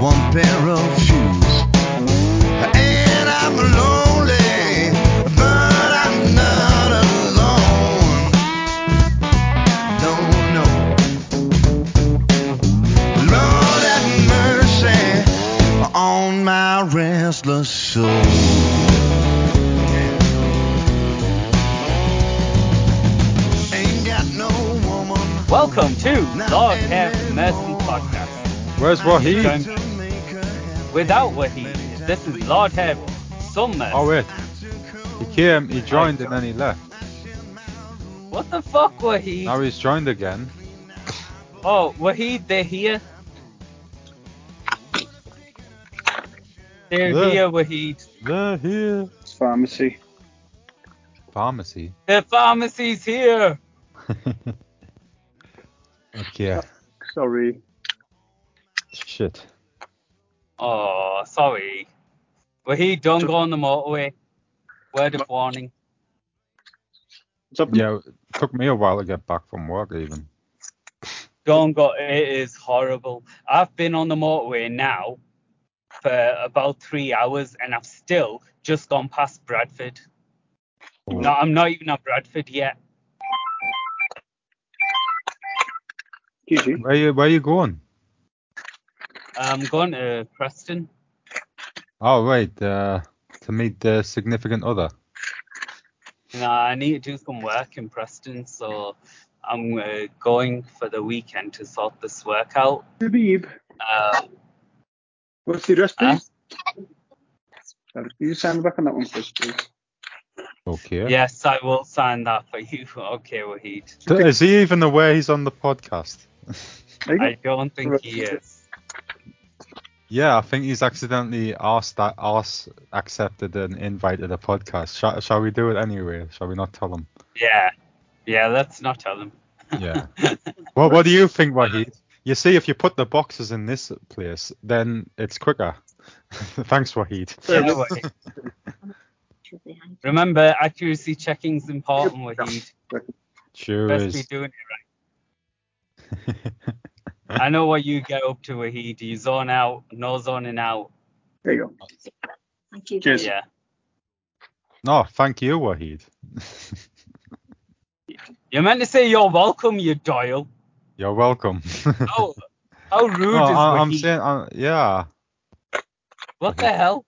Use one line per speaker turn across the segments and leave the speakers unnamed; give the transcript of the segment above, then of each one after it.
one pair of shoes. And I'm lonely, but I'm not alone. No, no. Lord have mercy on my restless soul. Ain't got no woman.
Welcome to Lord Have Mercy Podcast.
Where's Raheem?
Wahid?
Without Wahid, this is Lord Have Some Mercy.
Oh wait, he came, he joined and then he left.
What the fuck, Wahid?
Now he's joined again.
Oh, Wahid, they're here. They're
Look.
here, Wahid.
They're here.
It's pharmacy.
Pharmacy.
The pharmacy's here.
okay.
Sorry.
Shit.
Oh, sorry. Wahid, don't go on the motorway. Word of warning.
What's up?
Yeah, it took me a while to get back from work even.
Don't go. It is horrible. I've been on the motorway now for about three hours and I've still just gone past Bradford. No, I'm not even at Bradford yet.
GG.
Where you where you going?
I'm going to Preston.
Oh right, uh, to meet the significant other.
And I need to do some work in Preston, so I'm uh, going for the weekend to sort this work out.
Habib.
Uh,
What's the rest,
Huh?
please? Sorry. Can you sign me back on that one first, please?
Okay.
Yes, I will sign that for you. Okay, Wahid.
D- Is he even aware he's on the podcast?
There you go.
I don't think he is.
Yeah, I think he's accidentally asked that asked accepted an invite to the podcast. Shall, shall we do it anyway? Shall we not tell him?
Yeah. Yeah, let's not tell him.
Yeah. well, what do you think, Wahid? You see, if you put the boxes in this place, then it's quicker. Thanks, Wahid.
Yeah, Wahid. Remember, accuracy checking's important, Wahid.
Sure
Best be
is.
doing it right. I know what you get up to, Wahid. You zone out, no zoning out.
There you go.
Thank you.
Cheers.
Yeah.
No, Oh, thank you, Wahid.
You're meant to say you're welcome, you Doyle.
You're welcome.
How, how rude
No,
is
Oh, I, am
Wahid?
saying, I, yeah,
What the hell?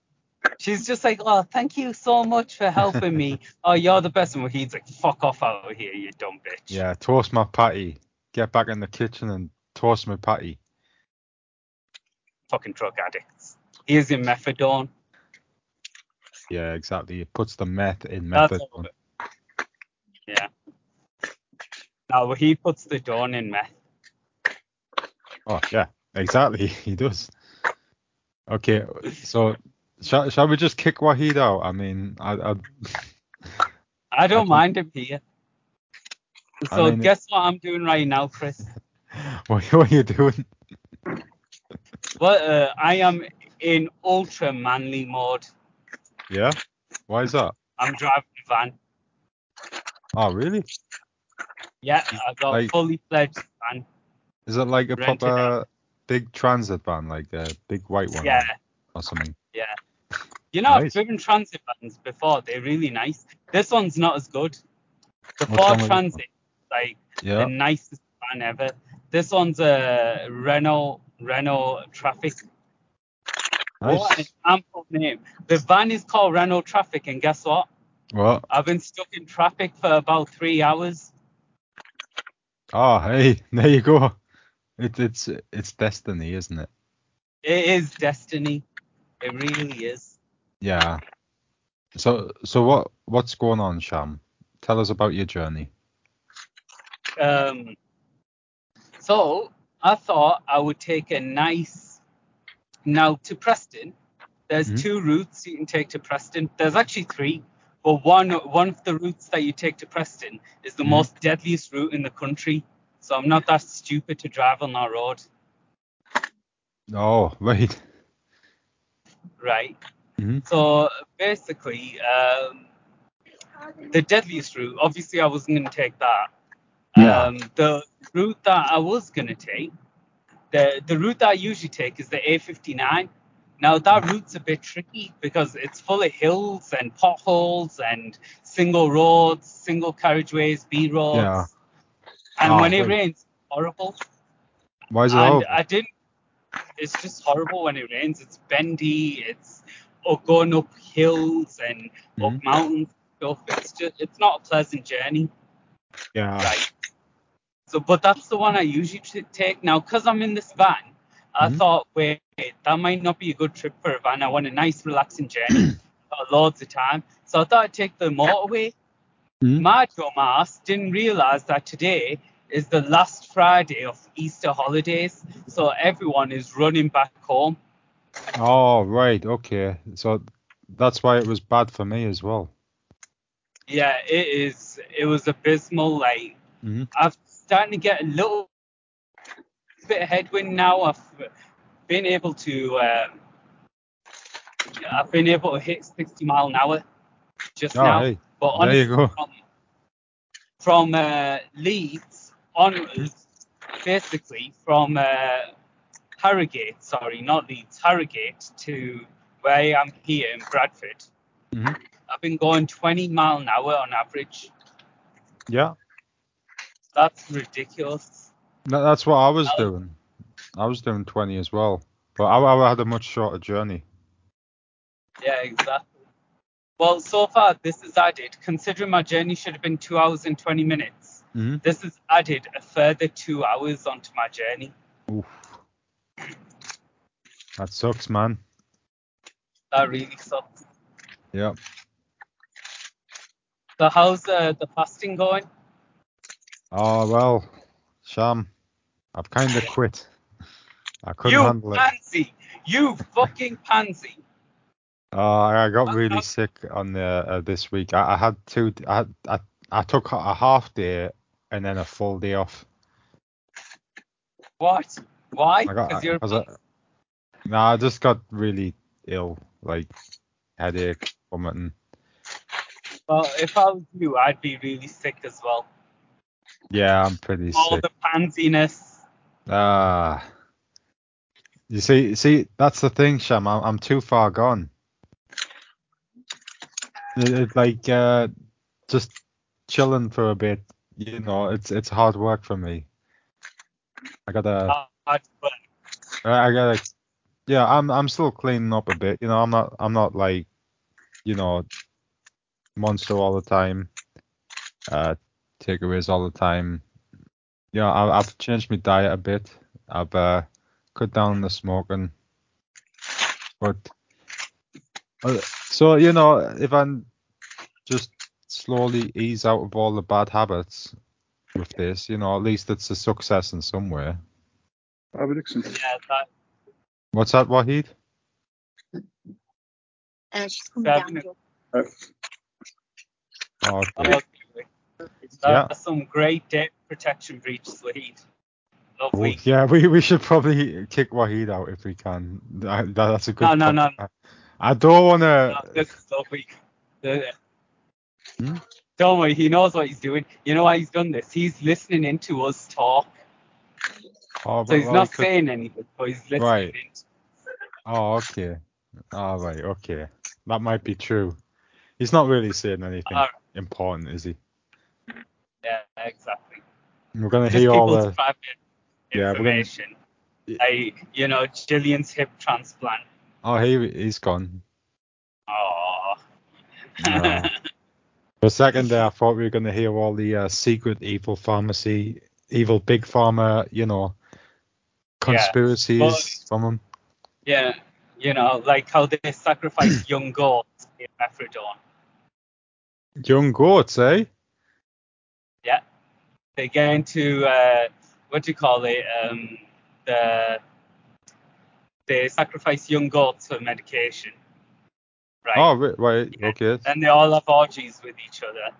She's just like, oh, thank you so much for helping me. oh, you're the best. And Wahid's like, fuck off out of here, you dumb bitch.
yeah. Toast my patty. Get back in the kitchen and toast my patty.
Fucking drug addicts. Here's your methadone.
Yeah, exactly. It puts the meth in
That's
method.
all of it. Yeah. Now Wahid puts the dawn in meth.
Oh yeah, exactly. He does. Okay, so shall, shall we just kick Wahid out? I mean, I, I
I don't
Okay.
mind him here.
I
So
mean-
guess what I'm doing right now, Chris?
what, what are you doing?
well, uh, I am in ultra manly mode.
Yeah. Why is that?
I'm driving a van.
Oh really?
Yeah, I got
Like-
fully fledged van.
Is it like a
Rented
proper big transit van, like a big white one
Yeah.
or something?
Yeah. You know, I've
Nice.
driven transit vans before. They're really nice. This one's not as good. The
What's wrong
Ford
with it?
Transit, like
Yeah.
the nicest van ever. This one's a Renault Renault Traffic. What an
Nice.
ample name. The van is called Renault Traffic, and guess what?
Well,
I've been stuck in traffic for about three hours.
oh hey, there you go. It, it's it's destiny, isn't it?
It is destiny. It really is.
Yeah. So so what what's going on, Sham? Tell us about your journey.
Um, so I thought I would take a nice now to Preston. There's
Mhm.
two routes you can take to Preston. There's actually three, but one one of the routes that you take to Preston is the
Mhm.
most deadliest route in the country. So I'm not that stupid to drive on that road,
Oh right.
right?
Mhm.
So basically, um, the deadliest route. Obviously, I wasn't going to take that.
Yeah.
Um, the route that I was going to take the the route that I usually take is the A59. Now that route's a bit tricky because it's full of hills and potholes and single roads, single carriageways, B roads.
Yeah.
And
Oh,
when it
wait.
rains, horrible.
Why is it
and
all?
I didn't. It's just horrible when it rains. It's bendy. It's or going up hills and
Mhm.
up mountains. Stuff. It's just it's not a pleasant journey.
Yeah.
Right. So, but that's the one I usually t- take now because I'm in this van. I
Mhm.
thought, wait, that might not be a good trip for a van. I want a nice, relaxing journey. Got loads of time. So I thought I'd take the motorway.
Mhm.
My dumbass didn't realize that today is the last Friday of Easter holidays. So everyone is running back home.
Oh right. Okay. So that's why it was bad for me as well.
Yeah, it is. It was abysmal. Like,
hmm
I'm starting to get a little bit of headwind now. I've been able to um, I've been able to hit 60 mile an hour just
Oh,
now.
hey.
But
There
honestly,
you go.
from, from uh, Leeds onwards, basically from uh, Harrogate, sorry, not Leeds, Harrogate to where I am here in Bradford.
hmm
I've been going 20 mile an hour on average.
Yeah.
That's ridiculous.
No, that's what I was
Oh.
doing. I was doing 20 as well, but I, I had a much shorter journey.
Yeah, exactly. Well, so far this is added. Considering my journey should have been two hours and 20 minutes,
Mm-hmm.
this has added a further two hours onto my journey.
That sucks, man.
That really sucks.
Yeah.
So how's uh, the fasting going?
Oh well, Sham, I've kind of quit. I couldn't
You
handle it.
pansy! You fucking pansy!
Uh, I got really
Uh-huh.
sick on the uh, this week. I, I had two. I, I I took a half day and then a full day off.
What? Why?
I got.
Because you're
I, was like, nah, I just got really ill, like headache, vomiting.
well. If I was you, I'd be really sick as well.
Yeah, I'm pretty
All
sick.
the pansiness.
Ah. You see, see, that's the thing, Sham. I'm, I'm too far gone. It- it, like, uh, just chilling for a bit. You know, it's it's hard work for me. I gotta,
Hard work.
I gotta, yeah. I'm I'm still cleaning up a bit. You know, I'm not I'm not like, you know, monster all the time. Uh, takeaways all the time. Yeah, I, I've changed my diet a bit. I've uh, cut down on the smoking. But uh, so you know, if I'm just slowly ease out of all the bad habits with this, you know, at least it's a success in some way.
Bobby Dixon.
Yeah, that,
What's that, Wahid?
Uh, she's coming
Seven.
down. Joe.
Uh,
Oh,
I
okay.
love you. That's
Yeah.
some great debt protection breach, Sweet.
Oh,
Lovely.
yeah, we, we should probably kick Wahid out if we can. That, that- that's a good.
No, no, no.
point. I don't want
No,
to.
this is lovely. The-
Hmm?
Don't worry, he knows what he's doing. You know why he's done this? He's listening into us talk.
Oh,
So he's
well,
not
we could-
saying anything, but he's listening.
Right.
in.
Oh, okay. All right, okay. That might be true. He's not really saying anything
Alright.
important, is he?
Yeah, exactly.
We're gonna
Just
hear all
people's
the.
private
Yeah, we're gonna-
information. I, you know, Jillian's hip transplant.
Oh, he he's gone.
Oh.
Yeah. For a second there, I thought we were gonna hear all the uh, secret evil pharmacy, evil big pharma, you know, conspiracies from him.
yeah, you know, like how they sacrifice young goats in Methadone.
Young goats, eh?
they get into uh, what do you call it? Um, the they sacrifice young goats for medication, right?
Oh, right, right,
Yeah.
okay.
And they all have orgies with each other.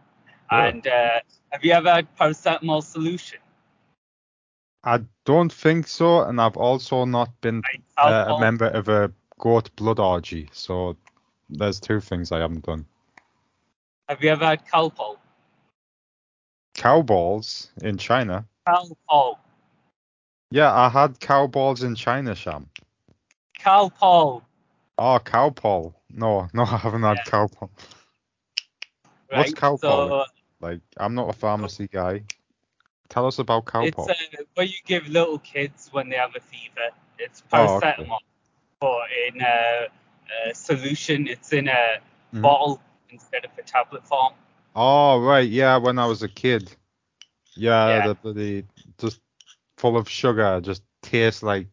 Yeah.
And uh, have you ever had paracetamol solution?
I don't think so, and I've also not been
Like
uh,
alcohol?
a member of a goat blood orgy, so there's two things I haven't done.
Have you ever had Calpol?
Cow balls in China.
Calpol.
Yeah, I had cow balls in China, Sham.
Cal Paul.
Oh, cow paw. No, no, I haven't had
Yeah.
cow paw.
Right?
What's cow
so,
paw? Like, I'm not a pharmacy guy. Tell us about cow
It's
paw.
uh, what you give little kids when they have a fever. It's
Oh, okay.
paracetamol, but in a, a solution, it's in a
Mhm.
bottle instead of a tablet form.
Oh right, yeah, when I was a kid. Yeah,
Yeah.
the bloody just full of sugar, just tastes like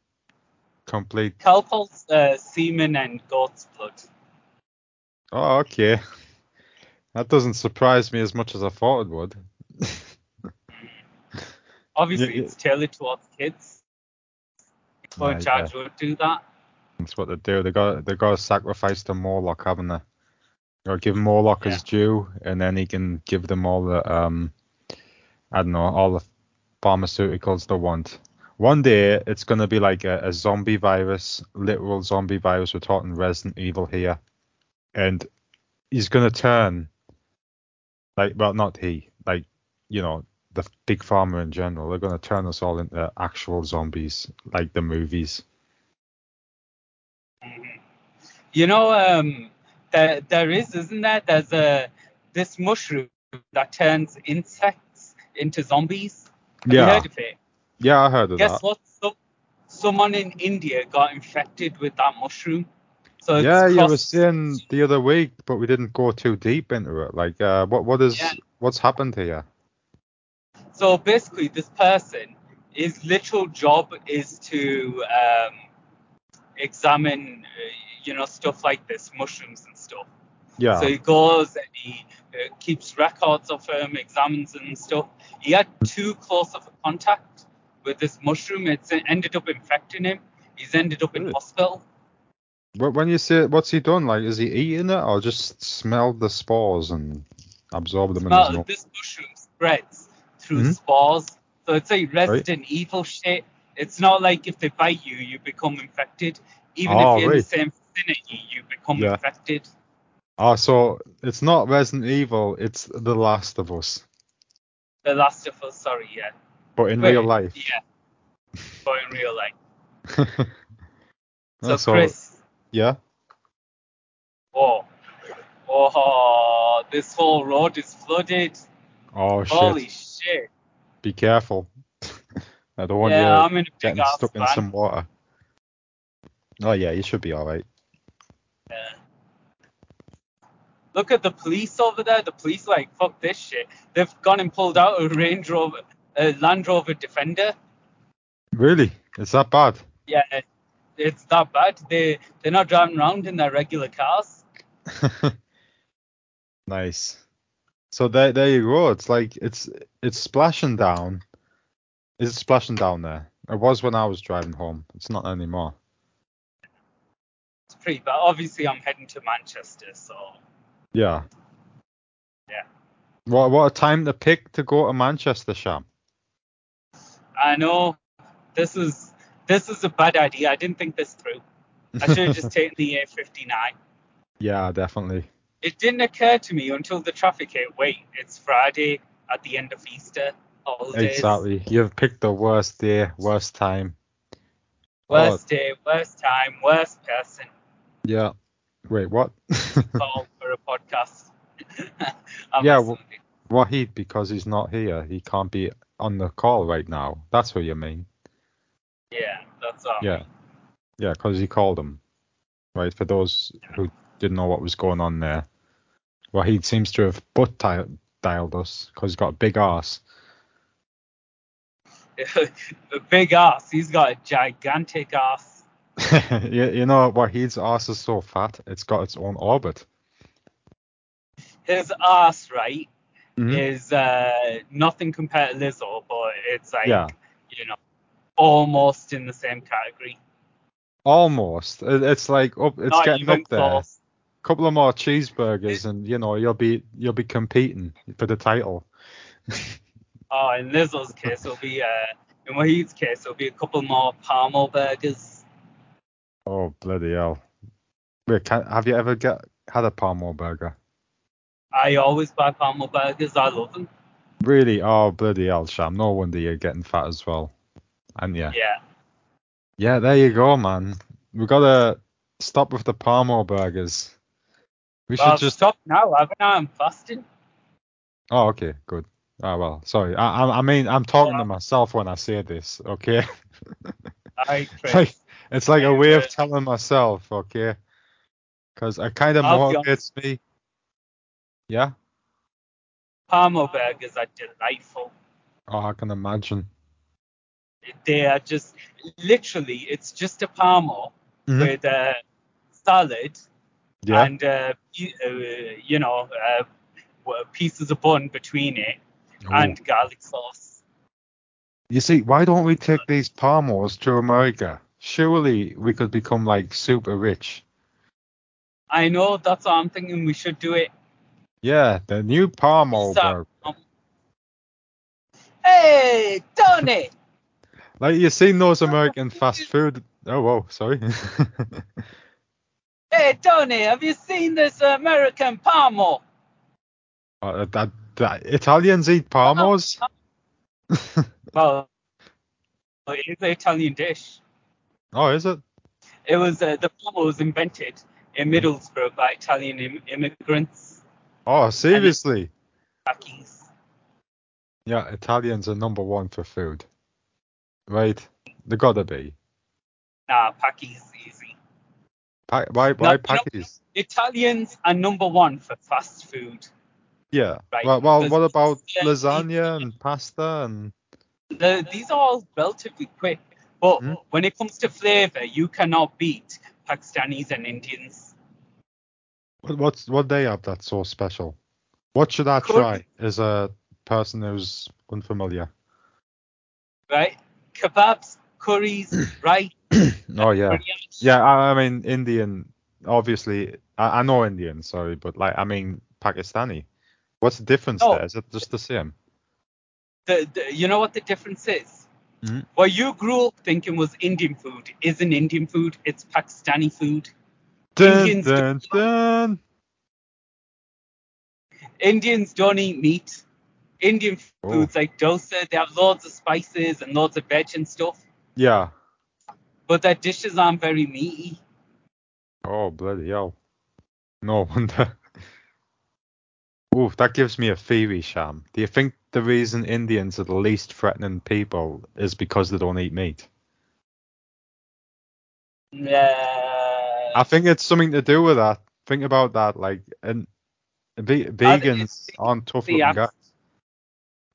complete
Calpol's uh, semen and goat's blood.
Oh, okay. That doesn't surprise me as much as I thought it would.
Obviously,
Yeah, yeah.
it's tailored towards kids. People
Aye,
in charge would do that.
That's what they do. They got they gotta sacrifice to Morlock, haven't they? Or give Morlock his due and then he can give them all the um I don't know, all the pharmaceuticals they want. One day it's gonna be like a, a zombie virus, literal zombie virus. We're talking Resident Evil here, and he's gonna turn like well, not he, like you know the big pharma in general. They're gonna turn us all into actual zombies, like the movies.
You know, um, there, there is, isn't there? There's a this mushroom that turns insects into zombies. Have you
Yeah,
heard of it?
yeah, I heard of
Guess
that.
what? So, someone in India got infected with that mushroom. So it's
Yeah, you were
cost-
saying the other week, but we didn't go too deep into it. Like, uh, what what is
Yeah.
what's happened here?
So basically, this person, his literal job is to um, examine, uh, you know, stuff like this, mushrooms and stuff.
Yeah.
So he goes and he uh, keeps records of him, examines them and stuff. He had too close of a contact with this mushroom. It's ended up infecting him. He's ended up in
Really?
hospital.
Wh- When you say what's he done, like is he eating it or just smelled the spores and absorbed them in his
Well,
mouth?
this mushroom spreads through
Mhm.
spores. So it's like Resident Evil shit. It's not like if they bite you, you become infected. Even
Oh,
if you're in
right.
the same vicinity, you become
Yeah.
infected.
Oh, so it's not Resident Evil, it's The Last of Us,
The Last of Us, sorry, yeah.
but in
Wait,
real life.
Yeah. But in real life. So,
That's all-
Chris,
yeah.
oh, oh, this whole road is flooded.
Oh shit.
Holy shit.
Be careful. I don't want you
yeah, I'm in a big
getting
ass
stuck in
van.
some water. Oh yeah, you should be all right.
Look at the police over there. The police like fuck this shit. They've gone and pulled out a Range Rover, a Land Rover Defender.
Really? It's that bad?
Yeah, it's that bad. They they're not driving around in their regular cars.
nice. So there, there you go. It's like it's it's splashing down. Is it splashing down there? It was when I was driving home. It's not anymore.
It's pretty bad. Obviously, I'm heading to Manchester, so
Yeah.
Yeah.
What what a time to pick to go to Manchester, Sham.
I know this is this is a bad idea. I didn't think this through. I should have just taken the A59.
yeah, definitely.
It didn't occur to me until the traffic hit. Wait, it's Friday at the end of Easter holidays.
Exactly. You've picked the worst day, worst time. Oh,
Worst day, worst time, worst person.
yeah. Wait, what?
call for a podcast. I'm
Yeah,
absolutely-
Wahid, because he's not here, he can't be on the call right now. That's what you mean.
yeah, that's all.
Yeah, yeah, because he called him, right? For those who didn't know what was going on there, well, he seems to have butt dial- dialed us because he's got a big ass.
a big ass. He's got a gigantic ass.
you, you know, Wahid's ass is so fat, it's got its own orbit.
His ass, right,
Mhm.
is uh, nothing compared to Lizzo, but it's like,
Yeah.
you know, almost in the same category.
Almost. It, it's like up, it's
Not
getting
even
up there.
close.
couple of more cheeseburgers, and you know, you'll be you'll be competing for the title.
Oh, in Lizzo's case, it'll be, uh, in Wahid's case, it'll be a couple more Palmo burgers.
Oh bloody hell! Wait, can, have you ever get had a Palmo burger?
I always buy Palmo burgers. I love them.
Really? Oh, bloody hell, Sham. No wonder you're getting fat as well. And yeah,
Yeah.
yeah, there you go, man. We gotta stop with the palm oil burgers. We
Well,
should
I've
just.
stopped now, haven't I? I'm fasting.
Oh, okay, good. Ah, well, sorry. I, I, I mean, I'm talking to
Well,
myself when I say this. Okay,
I
It's like
Chris.
it's like a
I,
way
uh,
of telling myself. Okay, because it kind of
I'll be honest,
motivates me. Yeah.
Parma burgers are delightful.
Oh, I can imagine.
They are just literally, it's just a Parma
hmm
with a salad
Yeah.
and uh, y- uh, you know uh, w- pieces of bun between it
Oh.
and garlic sauce.
You see, why don't we take these palm oils to America? Surely we could become like super rich.
I know that's what I'm thinking. We should do it.
Yeah, the new palm oil
Stop.
burger.
Hey, Tony!
Like you seen those American fast food. Oh, whoa, sorry.
Hey, Tony! Have you seen this American palm oil?
Uh, that, that Italians eat palm
Palm-
oils.
Well, it is an Italian dish.
Oh, is it?
It was uh, the palm oil was invented in Middlesbrough by Italian Im- immigrants
Oh,
and
seriously?
Iraqis.
Yeah, Italians are number one for food, right? They gotta be.
Nah, Pakis easy.
Pa- why?
Now
Why
you know
Pakis?
Italians are number one for fast food,
Yeah.
right?
Well, well,
Because
what about
pizza,
lasagna
pizza,
and pasta and?
the, these are all relatively quick. But
Hmm?
when it comes to flavor, you cannot beat Pakistanis and Indians.
What, what's what they have that's so special? What should I try
Curry,
as a person who's unfamiliar?
right? Kebabs, curries, rice,
Oh yeah,
biryani.
yeah. I, I mean Indian. Obviously, I, I know Indian. Sorry, but like I mean Pakistani. What's the difference
No,
there? Is it just the same?
the, the, you know what the difference is?
Mhm.
What you grew up thinking was Indian food isn't Indian food, it's Pakistani food.
Dun
Indians don't,
dun dun.
Indians don't eat meat. Indian
Oh
foods like dosa, they have loads of spices and loads of veg and stuff,
yeah.
but their dishes aren't very meaty.
Oh bloody hell. No wonder. Oof, that gives me a theory, Sham. Do you think the reason Indians are the least threatening people is because they don't eat meat?
Uh, Nah.
I think it's something to do with that. Think about that. Like, and ve-
I think it's
vegans
the,
aren't tough
the
looking guys,
accent.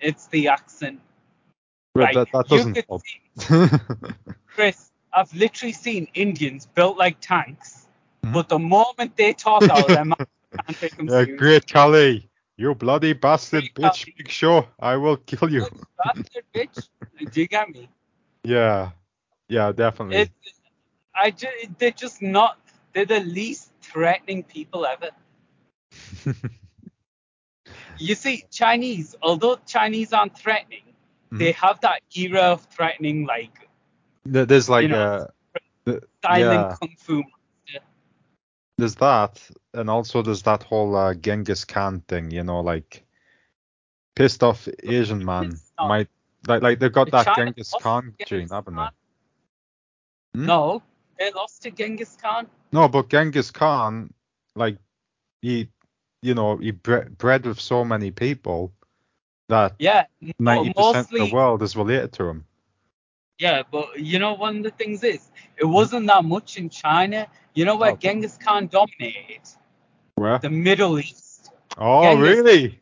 It's the accent,
but
right?
that, that
You
doesn't
could
help.
see,
Mhm.
Chris, I've literally seen Indians built like tanks, but the moment they talk out of their mouth, I can't take them
Hmm? yeah,
serious.
great Kali. You bloody
Great
bastard bitch,
copy.
Big Show. I will kill you.
You bastard bitch. Do you get me?
Yeah, yeah,
It,
definitely.
I ju- they're just not, they're the least threatening people ever. You see, Chinese, although Chinese aren't threatening,
Mhm.
they have that era of threatening, like,
There- There's
you
like uh,
know,
a, th-
silent
yeah,
kung fu master.
there's that, and also there's that whole uh, Genghis Khan thing. You know, like pissed off Asian man
It's not.
might like like they've got
The
that
China
Genghis
lost
Khan
to
gene,
Genghis
haven't they?
Khan.
Hmm?
No, they lost to Genghis Khan.
No, but Genghis Khan, like he, you know, he bre- bred with so many people that
Yeah, mo-
ninety percent of the
mostly.
world is related to him.
Yeah, but you know, one of the things is, it
Hmm?
wasn't that much in China. You know where
Oh, but
Genghis Khan dominated?
where?
The Middle East.
Oh,
Genghis
really?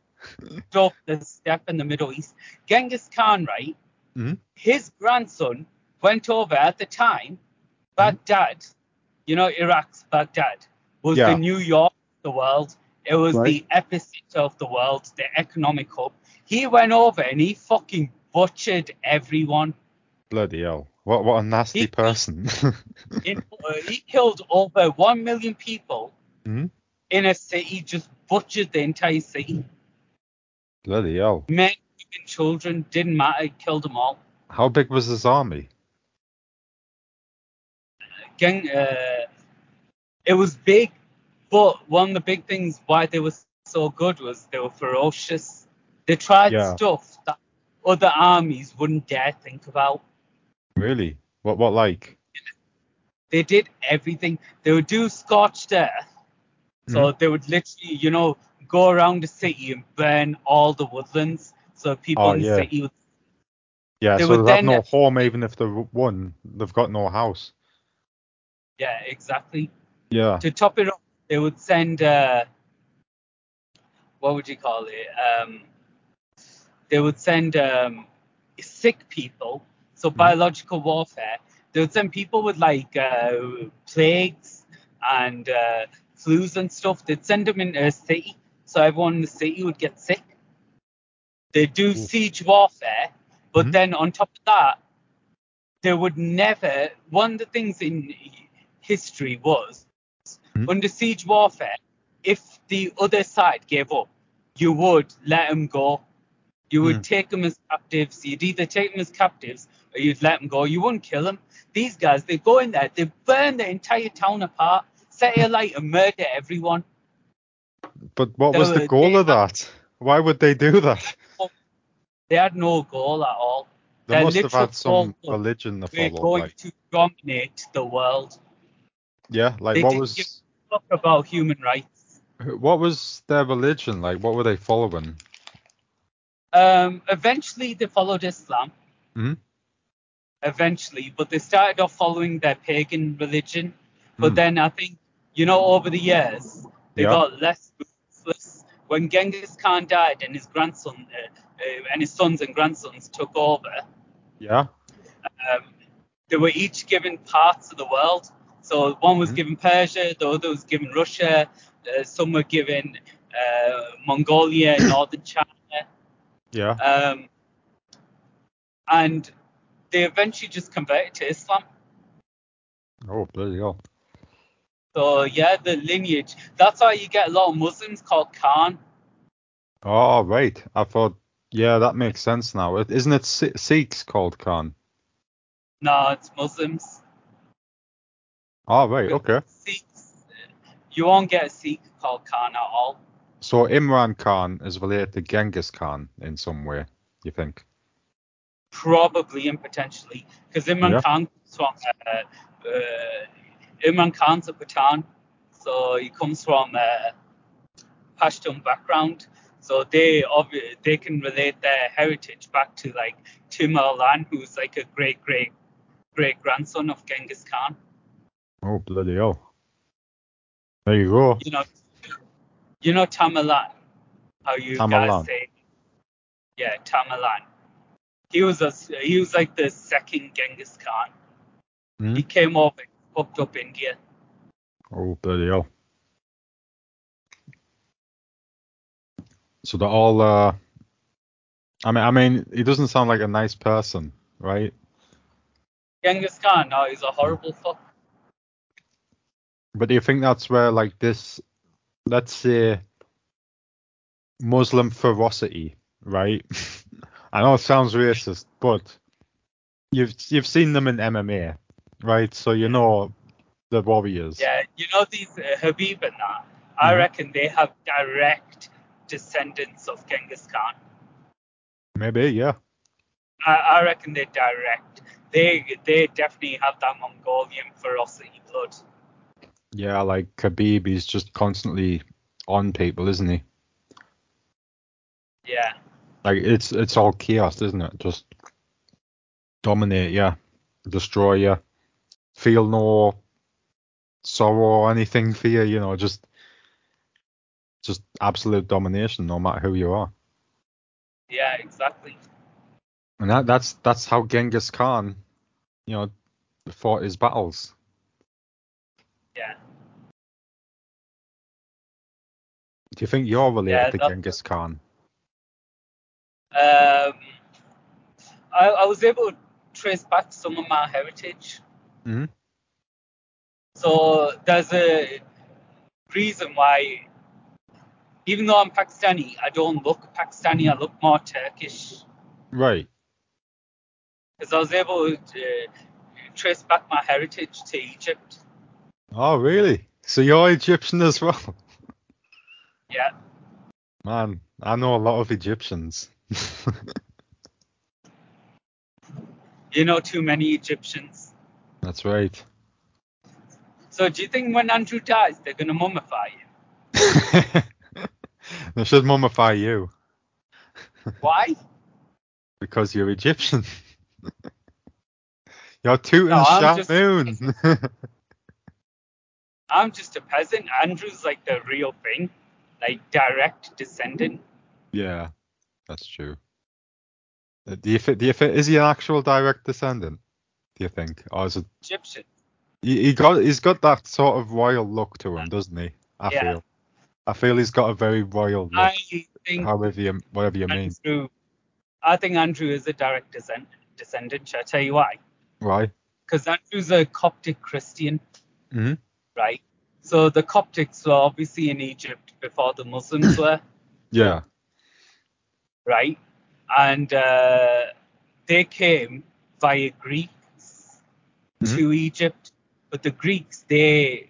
took the step in the Middle East. Genghis Khan, right?
Hmm?
His grandson went over at the time,
Hmm?
Baghdad, you know, Iraq's Baghdad, was the
Yeah,
New York of the world. It was
right.
the epicenter of the world, the economic hub. He went over and he fucking butchered everyone.
Bloody hell! What what a nasty
He killed,
person.
in, uh, he killed over 1 million people
Hmm?
in a city, just butchered the entire city.
Bloody hell!
Men, women, children, didn't matter, killed them all.
How big was his army?
Gang, uh, it was big, but one of the big things why they were so good was they were ferocious. They tried
Yeah,
stuff that other armies wouldn't dare think about.
Really? What? What like?
They did everything. They would do Scotch there. So
Mm-hmm.
they would literally, you know, go around the city and burn all the woodlands. So people
Oh,
in the
yeah.
city would
Yeah.
They
so
would
they have
then-
no home, even if they won. They've got no house.
Yeah, exactly.
Yeah.
To top it off, they would send uh, what would you call it? Um, they would send um, sick people, so biological warfare. They would send people with like uh, plagues and uh, flus and stuff. They'd send them into a city, so everyone in the city would get sick. They do siege warfare, but
Mhm.
then on top of that, they would never. One of the things in history was
Mhm.
under siege warfare, if the other side gave up, you would let them go. You would
Hmm.
take them as captives. You'd either take them as captives or you'd let them go. You wouldn't kill them. These guys, they go in there, they burn the entire town apart, set it alight and murder everyone.
But what
They
was the
would-
goal
they
of that? Why would they do that?
They had no goal at all.
They
Their
must have
literal
had some
goal was,
religion to
We're
follow.
going
Like,
to dominate the world.
yeah. Like,
they
what
didn't
was?
give- Talk about human rights.
What was their religion like? What were they following?
Um, eventually, they followed Islam.
Mhm.
Eventually, but they started off following their pagan religion. But
Hmm.
then I think, you know, over the years, they
Yeah.
got less ruthless. When Genghis Khan died and his grandson uh, uh, and his sons and grandsons took over,
Yeah.
um, they were each given parts of the world. So one was
Mhm.
given Persia, the other was given Russia, uh, some were given uh, Mongolia, northern China
Yeah.
um, and they eventually just converted to Islam.
Oh bloody hell.
So yeah, the lineage. That's why you get a lot of Muslims called Khan.
Oh right. I thought. Yeah, that makes sense now. It- Isn't it Si- Sikhs called Khan?
No, it's Muslims.
Oh right. Okay.
Sikhs. You won't get a Sikh called Khan at all.
So Imran Khan is related to Genghis Khan in some way. You think?
Probably and potentially, because Imran
Yeah.
Khan comes from uh, uh, Imran Khan's a Pathan, so he comes from uh, Pashtun background. So they obvi- they can relate their heritage back to like Timur Lan, who's like a great great great grandson of Genghis Khan.
Oh bloody hell. There you go.
You know, you know Tamerlan, how you
Tamerlan.
guys say, yeah, Tamerlan. He was a he was like the second Genghis Khan.
Hmm.
He came over, and fucked up India.
Oh bloody hell. So they're all. Uh, I mean, I mean, he doesn't sound like a nice person, right?
Genghis Khan, no, he's a horrible fuck.
But do you think that's where, like, this, let's say, Muslim ferocity, right? I know it sounds racist, but you've you've seen them in MMA, right? So you know the warriors.
Yeah, you know these uh, Habib and that. I
Mhm.
reckon they have direct descendants of Genghis Khan.
Maybe, yeah.
I, I reckon they're direct. They they definitely have that Mongolian ferocity blood.
Yeah, like Khabib, he's just constantly on people, isn't he?
Yeah.
Like it's it's all chaos, isn't it? Just dominate, yeah. Destroy you. Feel no sorrow or anything for you, you know, just just absolute domination no matter who you are.
Yeah, exactly.
And that that's that's how Genghis Khan, you know, fought his battles.
Yeah.
Do you think you're related
Yeah,
to
that-
Genghis Khan?
Um, I, I was able to trace back some of my heritage.
Mhm.
So there's a reason why, even though I'm Pakistani, I don't look Pakistani. I look more Turkish.
Right.
because I was able to uh, trace back my heritage to Egypt.
Oh really? So you're Egyptian as well?
Yeah,
Man, I know a lot of Egyptians.
You know too many Egyptians.
That's right.
So do you think when Andrew dies, they're going to mummify him?
they should mummify you
Why?
because you're Egyptian. you're tooting
No, I'm
Shat
just-
Moon.
I'm just a peasant. Andrew's like the real thing, like direct descendant.
yeah, that's true. Uh, Do you think? Do you think? Is he an actual direct descendant? Do you think, or is it?
Egyptian.
He, he got. He's got that sort of royal look to him, doesn't he? I
Yeah.
feel. I feel he's got a very royal look.
I think
however you, whatever you mean.
Andrew. I think Andrew is a direct descend- descendant. Shall I tell you why?
Why?
Because Andrew's a Coptic Christian,
Mhm.
right? So the Coptics were obviously in Egypt before the Muslims were.
Yeah.
right? And uh, they came via Greeks
Mm-hmm.
to Egypt, but the Greeks they,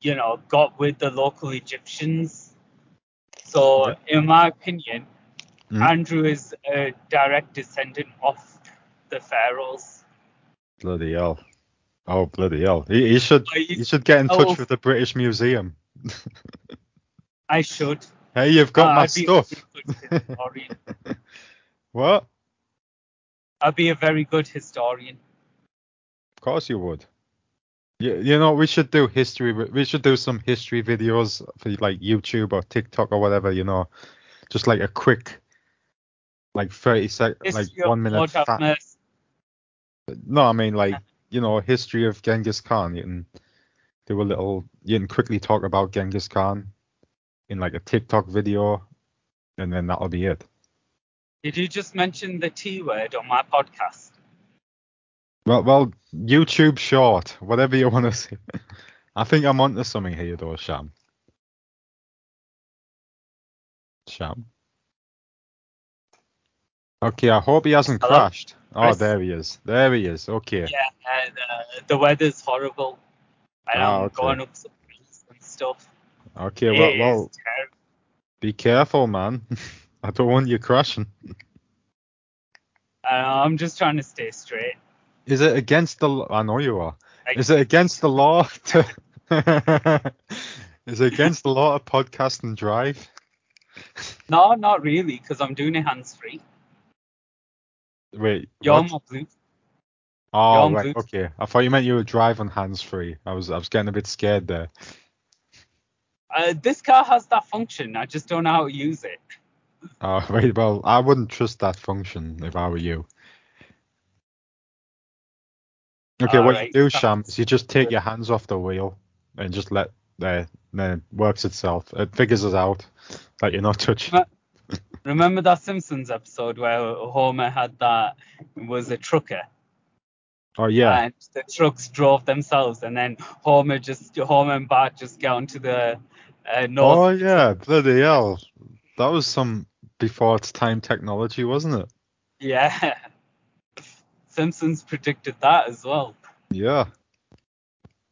you know, got with the local Egyptians. So, in my opinion,
Mhm.
Andrew is a direct descendant of the pharaohs.
Bloody hell. Oh bloody hell! He, he should
Are you-
he should get in
Oh.
touch with the British Museum.
I should.
Hey, you've got
Uh,
my
I'd be a
stuff.
very good historian.
What?
I'd be a very good historian.
Of course you would. You, you know we should do history. vi- We should do some history videos for like YouTube or TikTok or whatever. You know, just like a quick, like thirty sec, like
History of
one minute.
Lord have
Fa-
mercy.
no, I mean like you know history of Genghis Khan. You can do a little. You can quickly talk about Genghis Khan in like a TikTok video, and then that'll be it.
Did you just mention the T word on my podcast?
Well, well, YouTube short, whatever you want to say. I think I'm onto something here, though, Sham. Sham. Okay, I hope he hasn't
Hello?
crashed. Oh,
Chris?
there he is. There he is. Okay.
Yeah, and, uh, the weather's horrible. And
Ah,
I'm
okay.
going up some hills and stuff.
Okay,
It
well,
is
well,
terrible.
be careful, man. I don't want you crashing.
And I'm just trying to stay straight.
Is it against the? l- I know you are.
Like,
Is it against the law? To... is it against the law to podcast and drive?
No, not really, because I'm doing it hands free.
Wait.
You're
what?
my blue.
Oh
on
right,
Bluetooth.
okay. I thought you meant you were driving hands free. I was I was getting a bit scared there.
Uh, this car has that function. I just don't know how to use it.
Oh right, well I wouldn't trust that function if I were you. Okay, what
Alright, Uh,
you do,
sounds
Sham, is you just take
good.
your hands off the wheel and just let there then it works itself. It figures it out that you're not touching.
Uh, Remember that Simpsons episode where Homer had that was a trucker
Oh yeah.
and the trucks drove themselves and then Homer just Homer and Bart just get onto the uh, north
Oh yeah, bloody hell. That was some before its time technology, wasn't it?
Yeah. Simpsons predicted that as well.
Yeah.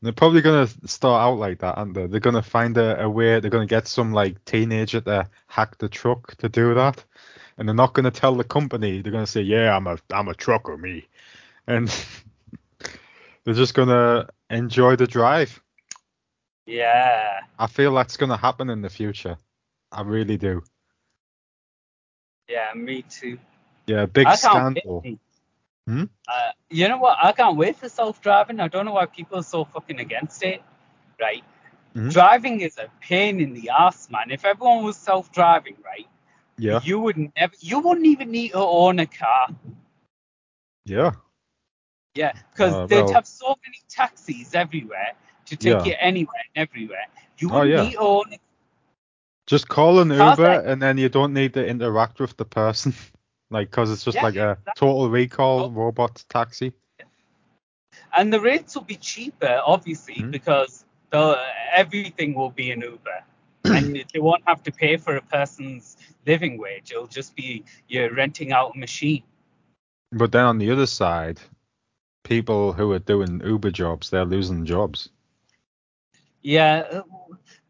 They're probably gonna start out like that, aren't they? They're gonna find a, a way. They're gonna get some like teenager to hack the truck to do that, and they're not gonna tell the company. They're gonna say, "Yeah, I'm a I'm a trucker, me," and they're just gonna enjoy the drive.
Yeah.
I feel that's gonna happen in the future. I really do.
Yeah, me too.
Yeah, big
I can't
scandal.
wait.
Hmm?
Uh, you know what? I can't wait for self driving. I don't know why people are so fucking against it. Right?
Mhm.
Driving is a pain in the ass, man. If everyone was self driving, right?
Yeah,
You would never you wouldn't even need to own a car.
yeah,
Yeah, because
Uh,
they'd
well-
have so many taxis everywhere to take
Yeah.
you anywhere and everywhere. You
Oh,
wouldn't
yeah.
need to own a
just call an
How's
Uber,
that?
and then you don't need to interact with the person, like, cause it's just
Yeah,
like a
exactly.
total recall
Oh.
robot taxi.
and the rates will be cheaper, obviously,
Mhm.
because the, everything will be in Uber, and they won't have to pay for a person's living wage. It'll just be you're renting out a machine.
But then on the other side, people who are doing Uber jobs, they're losing jobs.
Yeah, uh,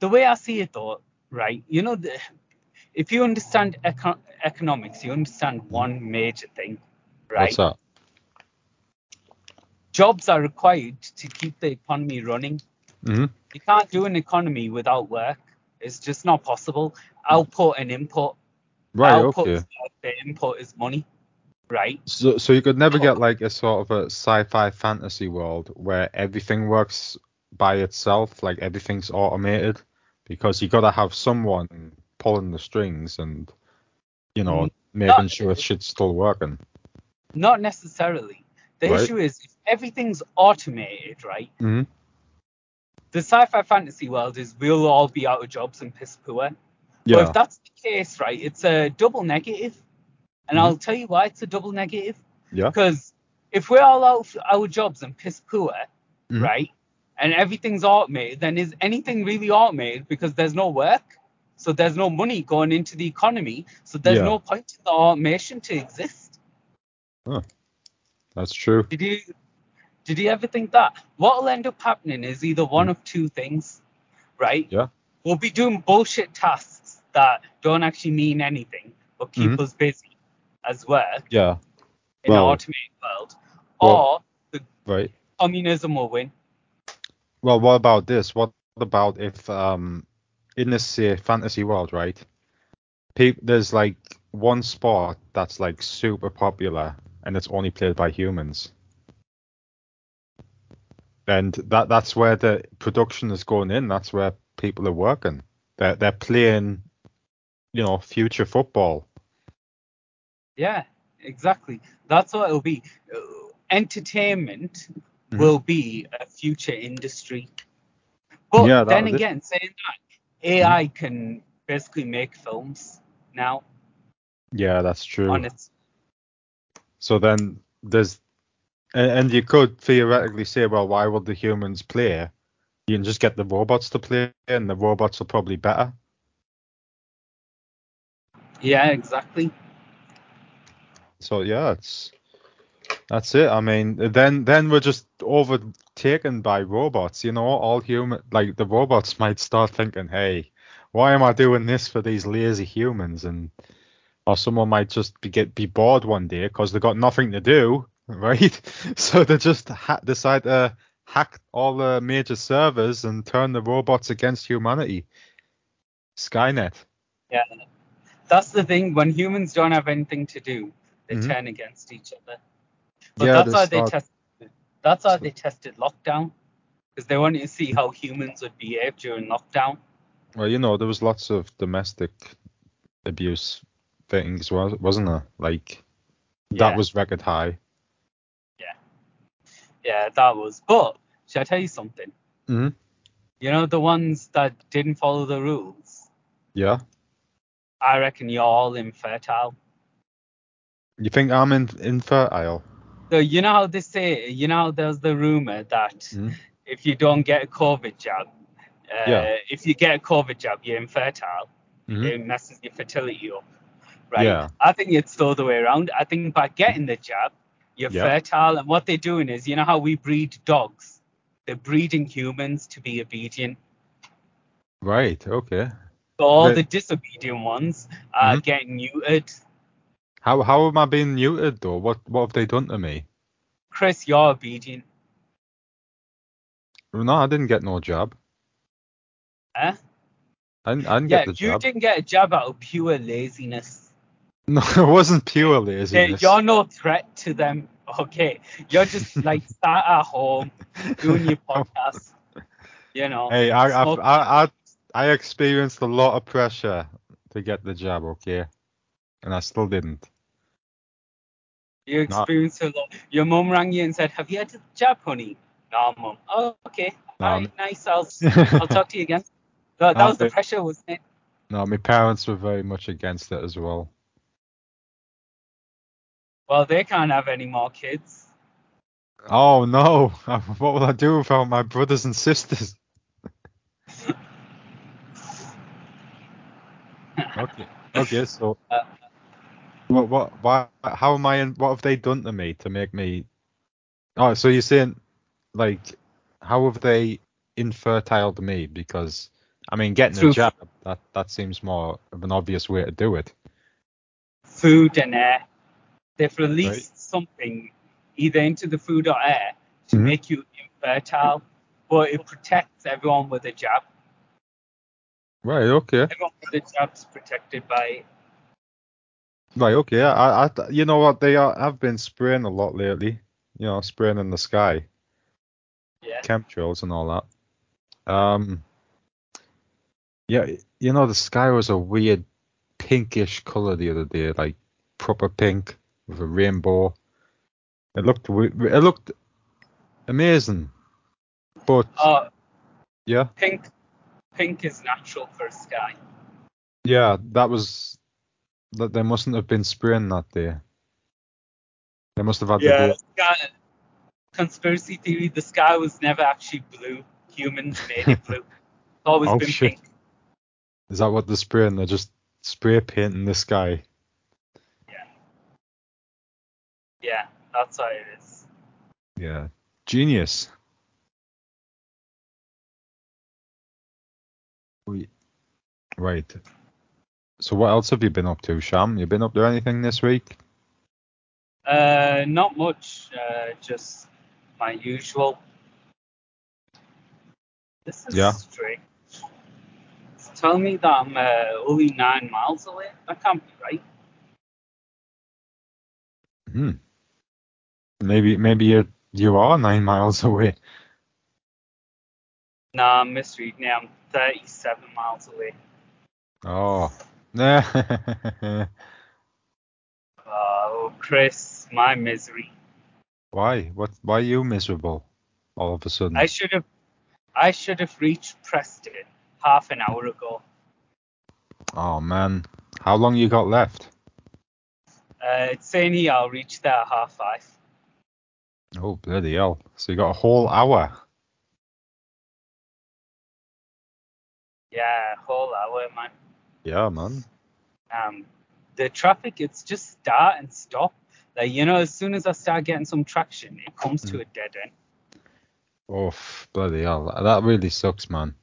the way I see it, though, right? You know, the, if you understand eco- economics, you understand one major thing, right?
What's that?
jobs are required to keep the economy running.
Mhm.
You can't do an economy without work. It's just not possible. Output and input.
Right.
Output
Okay.
is work, the input is money, right?
So, so you could
Oh.
never get like a sort of a sci-fi fantasy world where everything works by itself, like everything's automated, because you gotta have someone pulling the strings and, you know,
Mm-hmm.
making sure shit's still working.
Not necessarily. The
Right.
issue is if everything's automated, right?
hmm
The sci-fi fantasy world is we'll all be out of jobs and piss poor.
Yeah.
Well, if that's the case, right, it's a double negative. And
Mhm.
I'll tell you why it's a double negative.
Yeah.
Because if we're all out of our jobs and piss poor,
Mhm.
right, and everything's automated, then is anything really automated because there's no work? So there's no money going into the economy. So there's
Yeah.
no point in the automation to exist.
That's true.
Did you did you ever think that? What'll end up happening is either one of two things, right?
Mm. Yeah.
We'll be doing bullshit tasks that don't actually mean anything but keep
Mhm.
us busy as work
Yeah.
in
Well-
an automated world.
Well-
or the
Right.
communism will win.
Well, what about this? What about if um in this say fantasy world, right? Peop there's like one sport that's like super popular and it's only played by humans. And that that's where the production is going in. That's where people are working. They're they're playing, you know, future football.
Yeah, exactly. That's what it'll be. Uh, Entertainment
Mhm.
will be a future industry. But
Yeah, that- Mm-hmm.
then
thi-
again, saying that, AI can basically make films now
Yeah, that's true.
on its
So then there's, and, and you could theoretically say, well, why would the humans play? You can just get the robots to play, and the robots are probably better.
Yeah, exactly.
So yeah, it's that's it. I mean, then then we're just overtaken by robots. You know, all human like the robots might start thinking, hey, why am I doing this for these lazy humans? And or someone might just be get be bored one day because they got nothing to do, right? So they just ha- decide to hack all the major servers and turn the robots against humanity. Skynet.
Yeah. That's the thing. When humans don't have anything to do, they
Mhm.
turn against each other. But
Yeah,
that's
they
how they
start-
tested. That's how
So-
they tested lockdown, because they wanted to see how humans would behave during lockdown.
Well, you know, there was lots of domestic abuse things, wa- wasn't there? Like
Yeah.
that was record high.
Yeah, that was. But should I tell you something?
hmm
You know the ones that didn't follow the rules.
Yeah.
I reckon you're all infertile.
You think I'm in- infertile?
So you know how they say, you know, how there's the rumor that
Mhm.
if you don't get a COVID jab, uh,
Yeah.
if you get a COVID jab, you're infertile.
Mhm.
it messes your fertility up, right?
Yeah.
I think it's the other way around. I think by getting the jab, you're
Yeah.
fertile. And what they're doing is, you know how we breed dogs? They're breeding humans to be obedient.
Right. Okay.
So all
But-
the disobedient ones are
Mhm.
getting neutered.
How how am I being neutered though? What what have they done to me?
Chris, you're obedient.
No, I didn't get no job.
Huh?
I didn't, I didn't
Yeah,
get the
you
job.
didn't get a jab out of pure laziness.
No, it wasn't pure
They-
laziness.
You're no threat to them. Okay. You're just like sat at home doing your podcast. You know.
Hey, I, I
smoking
I I I experienced a lot of pressure to get the job, okay, and I still didn't.
You
No.
experienced a lot. Your mom rang you and said, "Have you had the jab, honey?" No, mom. Oh, okay.
No,
All
I'm-
right, nice. I'll
Um,
I'll talk to you again. That, that
No,
was the
but-
pressure, wasn't it?
No, my parents were very much against it as well.
Well, they can't have any more kids.
Oh no, what will I do without my brothers and sisters? okay, okay, so
Uh.
what, what, why, how am I? In, what have they done to me to make me? Oh, so you're saying, like, how have they infertiled me? Because I mean, getting
Through-
a job that that seems more of an obvious way to do it.
Food and air. They've released something either into the food or air to
Mhm.
make you infertile, but it protects everyone with a jab.
Right. Okay.
Everyone with a jab's protected by it.
Right. Okay. I, I. You know what? They are. I've been spraying a lot lately. You know, spraying in the sky,
Yeah.
chemtrails and all that. Um. Yeah. You know, the sky was a weird pinkish color the other day, like proper pink with a rainbow. It looked. we- It looked amazing. But
Oh,
yeah.
pink, pink is natural for sky.
Yeah, that was that they mustn't have been spraying that day. They must have had the day.
Sky, conspiracy theory: the sky was never actually blue. Humans made it blue. It's always
Oh,
been
shit.
pink.
Is that what they're spraying? They're just spray painting the sky.
Yeah, that's what it is.
Yeah. Genius. We- Right. So what else have you been up to, Sham? You been up to anything this week?
Uh, not much. Uh, just my usual. This is
Yeah.
strange. It's telling me that I'm uh, only nine miles away. That can't be right.
Hmm. Maybe maybe you you are nine miles away.
Nah, I'm misreading. it. I'm 37 miles away.
Oh.
Oh, Chris, my misery.
Why? What? Why are you miserable all of a sudden?
I should have, I should have reached Preston half an hour ago.
oh man, how long you got left?
Uh, it's saying here I'll reach there at half five.
Oh bloody hell! So you got a whole hour.
Yeah, whole hour, man.
Yeah, man.
um, the traffic it's just start and stop like you know as soon as i start getting some traction it comes to a dead end
Oof, bloody hell. That really sucks, man.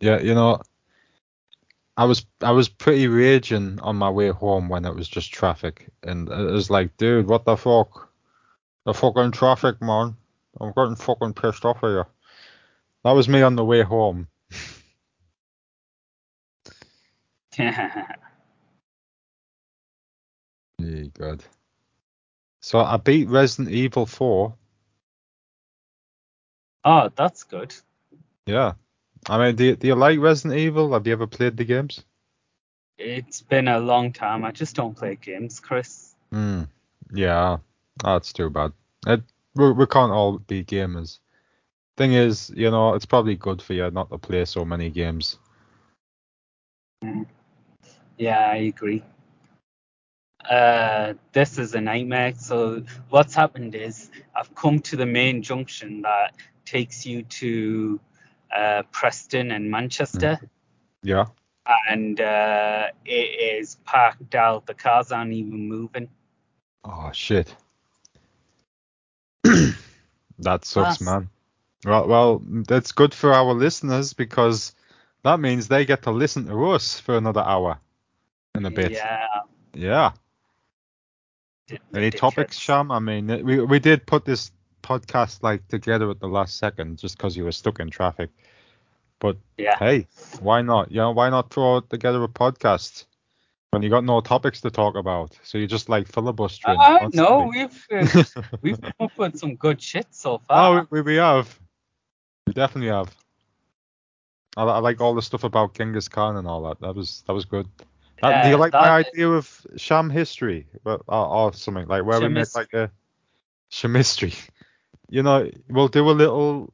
Yeah, you know, I was I was pretty raging on my way home when it was just traffic, and it was like, dude, what the fuck? The fucking traffic, man. I'm getting fucking pissed off here. That was me on the way home. Yeah, good. So I beat Resident Evil 4.
oh that's good
Yeah. I mean, do you, do you like Resident Evil? Have you ever played the games?
it's been a long time i just don't play games chris
Hmm. Yeah. Oh, That's too bad. It, we, we can't all be gamers. Thing is, you know, it's probably good for you not to play so many games.
yeah i agree uh this is a nightmare so what's happened is i've come to the main junction that takes you to uh preston and manchester
Yeah.
and uh, it is packed out. The cars aren't even moving.
Oh, shit. that sucks,
Us.
man. Well, well, that's good for our listeners because that means they get to listen to us for another hour in a bit.
Yeah.
Yeah.
d-
Any topics,
dickheads.
Sham? I mean, we we did put this podcast like together at the last second just because you were stuck in traffic. But
Yeah.
hey, why not? You know, why not throw together a podcast when you got no topics to talk about? So you just like filibustering.
Uh, no,
constantly.
we've uh, we've come up with some good shit so far.
oh, we, we have. We definitely have. I, I like all the stuff about Genghis Khan and all that. That was that was good. That, do
Yeah,
you like my
that-
idea of sham history or, or, or something like where we make
Shamis-
like a shamistry? You know, we'll do a little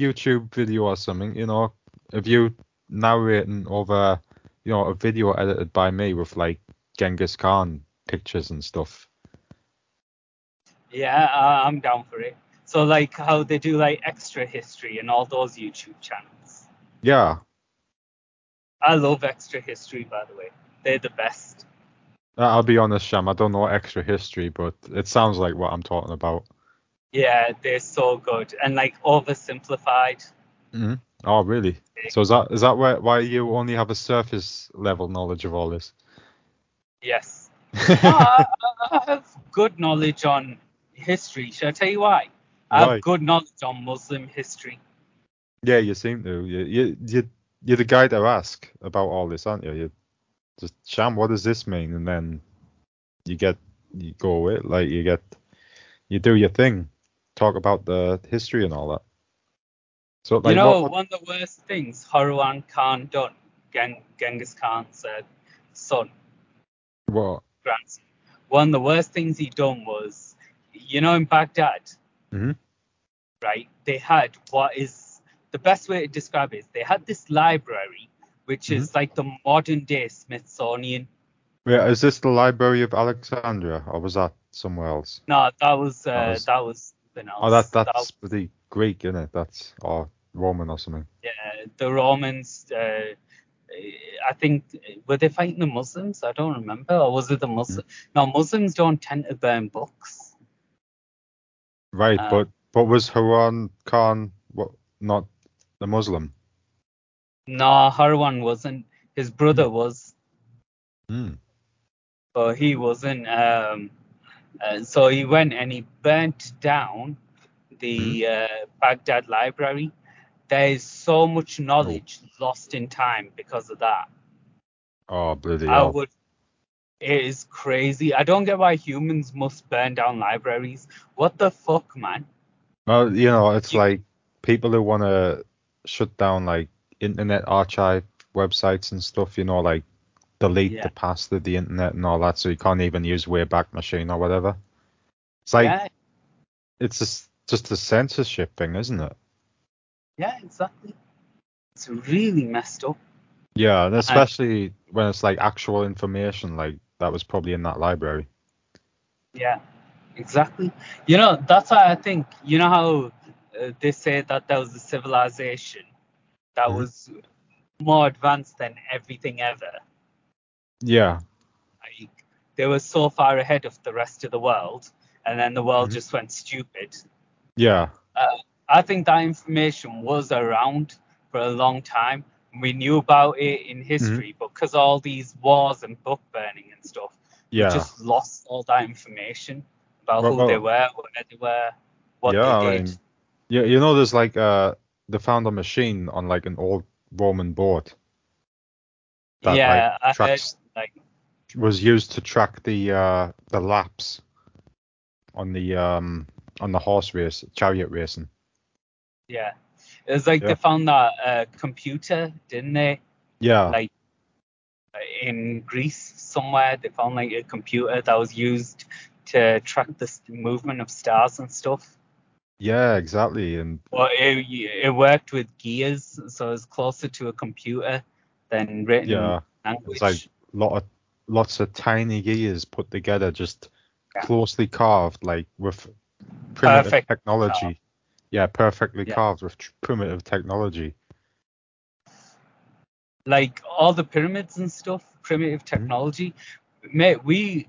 YouTube video or something. You know, of you narrating over, uh, you know, a video edited by me with like Genghis Khan pictures and stuff.
Yeah, I I'm down for it. So like how they do like extra history and all those YouTube channels.
Yeah,
I love extra history by the way. They're the best.
I- Uh, I'll be honest, Sham. I don't know extra history, but it sounds like what I'm talking about.
Yeah, they're so good and like oversimplified.
hmm Oh, really? So is that is that where, why you only have a surface level knowledge of all this?
Yes. Oh. No, I, I- I have good knowledge on history. Shall I tell you why? I have
Right.
good knowledge on Muslim history.
Yeah, you seem to. You, you, you, you're the guy to ask about all this, aren't you? You just, Sham, what does this mean? And then you get, you go away, like you get, you do your thing, talk about the history and all that. So, like,
you know,
what,
one of the worst things Harwan Khan done, Gen- Genghis Khan's uh, son,
what?
grandson, one of the worst things he done was, you know, in Baghdad,
Mhm.
right, they had what is the best way to describe it is they had this library, which
Mm-hmm.
is like the modern day Smithsonian.
Yeah, is this the Library of Alexandria, or was that somewhere else?
No, that was, uh,
That
that
was-
was, something else.
Oh, that
That
that's the Greek, isn't it? That's or Roman or something.
uh, the Romans, uh, I think, were they fighting the Muslims? I don't remember. Or was it the Muslims? No, Muslims don't tend to burn books.
Right,
Uh,
but but was Haran Khan what not the Muslim?
No, Harwan wasn't. His brother was,
Hmm.
but he wasn't. Um, uh, so he went and he burnt down the uh, Baghdad library. There is so much knowledge lost in time because of that.
Oh bloody
I
hell!
would. It is crazy. I don't get why humans must burn down libraries. What the fuck, man?
Well, you know, it's
You-
like people who want to shut down like internet archive websites and stuff. You know, like delete
Yeah.
the past of the internet and all that, so you can't even use Wayback Machine or whatever. It's like
yeah,
it's just just a censorship thing, isn't it?
yeah, exactly. It's really messed up.
Yeah, and especially when it's like actual information, like that was probably in that library.
Yeah, exactly. You know, that's why I think, you know how uh, they say that there was a civilization that
Mhm.
was more advanced than everything ever.
Yeah,
Like, they were so far ahead of the rest of the world, and then the world
Mhm.
just went stupid.
yeah,
I think that information was around for a long time. We knew about it in history,
Mm-hmm.
but 'cause but because all these wars and book burning and stuff,
yeah.
we just lost all that information about
Well,
who
well-
they were, where they were, what
yeah,
they
I
did.
mean, yeah, you know, there's like uh, they found a machine on like an old Roman boat that
yeah,
like
I heard,
tracks
like
was used to track the uh the laps on the um on the horse race, chariot racing.
yeah, it was like
Yeah.
they found that uh, computer, didn't they?
Yeah,
Like in Greece somewhere, they found like a computer that was used to track the s- movement of stars and stuff.
yeah, exactly, and
Well, it, it worked with gears, so it was closer to a computer than written
yeah.
language.
It's like lot of lots of tiny gears put together, just
Yeah.
closely carved, like with primitive
Perfect
technology. Yeah, perfectly
Yeah.
carved with tr- primitive technology.
Like, all the pyramids and stuff,
Hmm?
primitive technology. Mate, we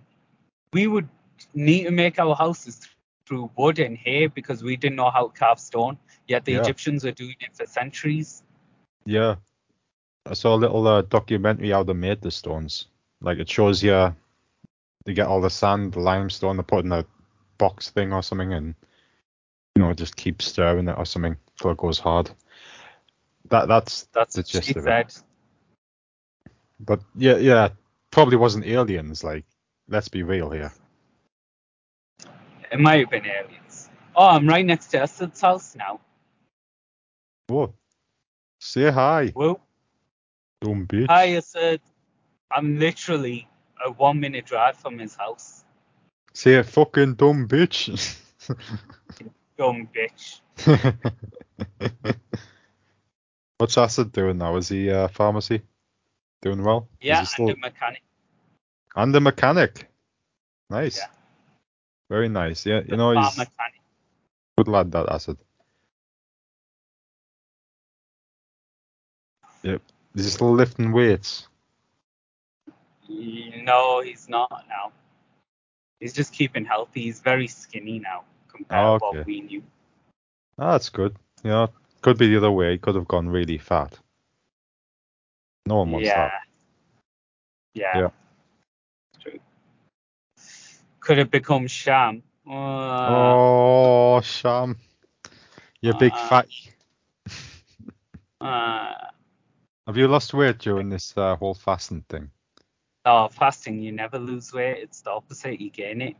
we would need to make our houses through wood and hay because we didn't know how to carve stone. Yet the
Yeah.
Egyptians were doing it for centuries.
Yeah, I saw a little uh, documentary how they made the stones. Like it shows you, they get all the sand, the limestone, they put in a box thing or something, and you know just keep stirring it or something till it goes hard. That that's
That's
the
what she
gist of it.
said.
But yeah, yeah, probably wasn't aliens. Like, let's be real here.
It might have been aliens. Oh, I'm right next to Asad's house now.
Whoa. Say hi.
Whoa.
Don't bitch.
Hi, Asad. I'm literally a one minute drive from his house.
Say a fucking dumb bitch.
dumb bitch.
What's Acid doing now? Is he uh, pharmacy? Doing well? Is
Yeah,
he still-
and a mechanic.
and a mechanic. Nice.
Yeah.
Very nice. Yeah, you
the
know
bar
he's a
mechanic.
good lad that Acid. Yep. Is he still lifting weights?
No, he's not now. He's just keeping healthy. He's very skinny now compared
Oh,
to
okay.
what we knew.
Ah, that's good. You know, could be the other way. He could have gone really fat. No one wants
Yeah.
that.
yeah.
Yeah.
True. Could have become Sham. Uh,
oh, sham. You big
Uh,
fat.
Uh,
Have you lost weight during this uh, whole fasting thing?
oh, fasting, you never lose weight. It's the opposite. You gain it.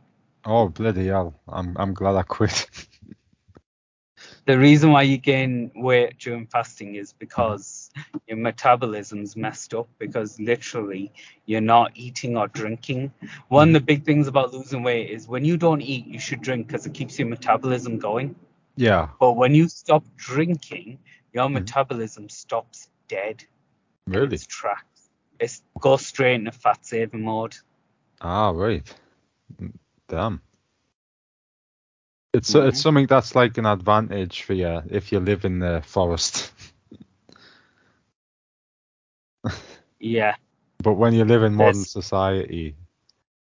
Oh bloody hell! I'm I'm glad I quit.
The reason why you gain weight during fasting is because your metabolism's messed up because literally you're not eating or drinking. One of the big things about losing weight is when you don't eat, you should drink because it keeps your metabolism going.
yeah,
But when you stop drinking, your
Mhm.
metabolism stops dead.
really.
It's trapped. It's goes straight into fat saving mode.
Ah right. Mm, Damn. It's uh,
Mhm.
it's something that's like an advantage for you if you live in the forest.
Yeah.
But when you live in modern
There's-
society,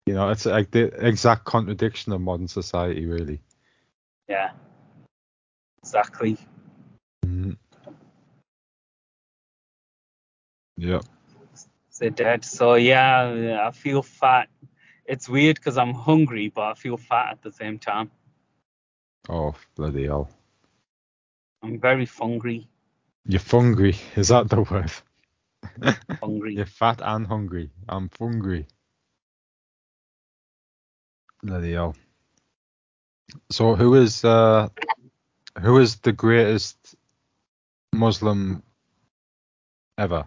you know, it's like the exact contradiction of modern society, really.
Yeah. Exactly.
Mm-hmm. Yeah.
They're dead. So yeah, I feel fat. It's weird because I'm hungry, but I feel fat at the same time.
Oh, bloody hell.
I'm very hungry.
You're hungry. Is that the word?
Hungry.
You're fat and hungry. I'm hungry. Bloody hell. So who is uh who is the greatest Muslim ever?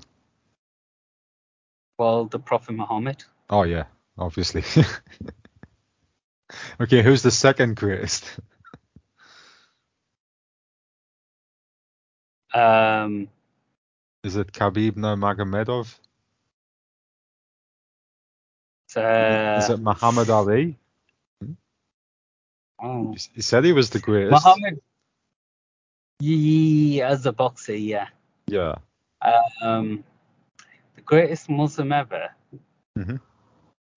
Well, the Prophet Muhammad.
Oh yeah, obviously. okay, who's the second greatest?
Um,
Is it Khabib Nurmagomedov?
it's, uh,
is it Muhammad Ali?
oh,
You s- you said he was the greatest.
Muhammad. Yeah, as a boxer, yeah.
Yeah.
Um, the greatest Muslim ever.
Mhm.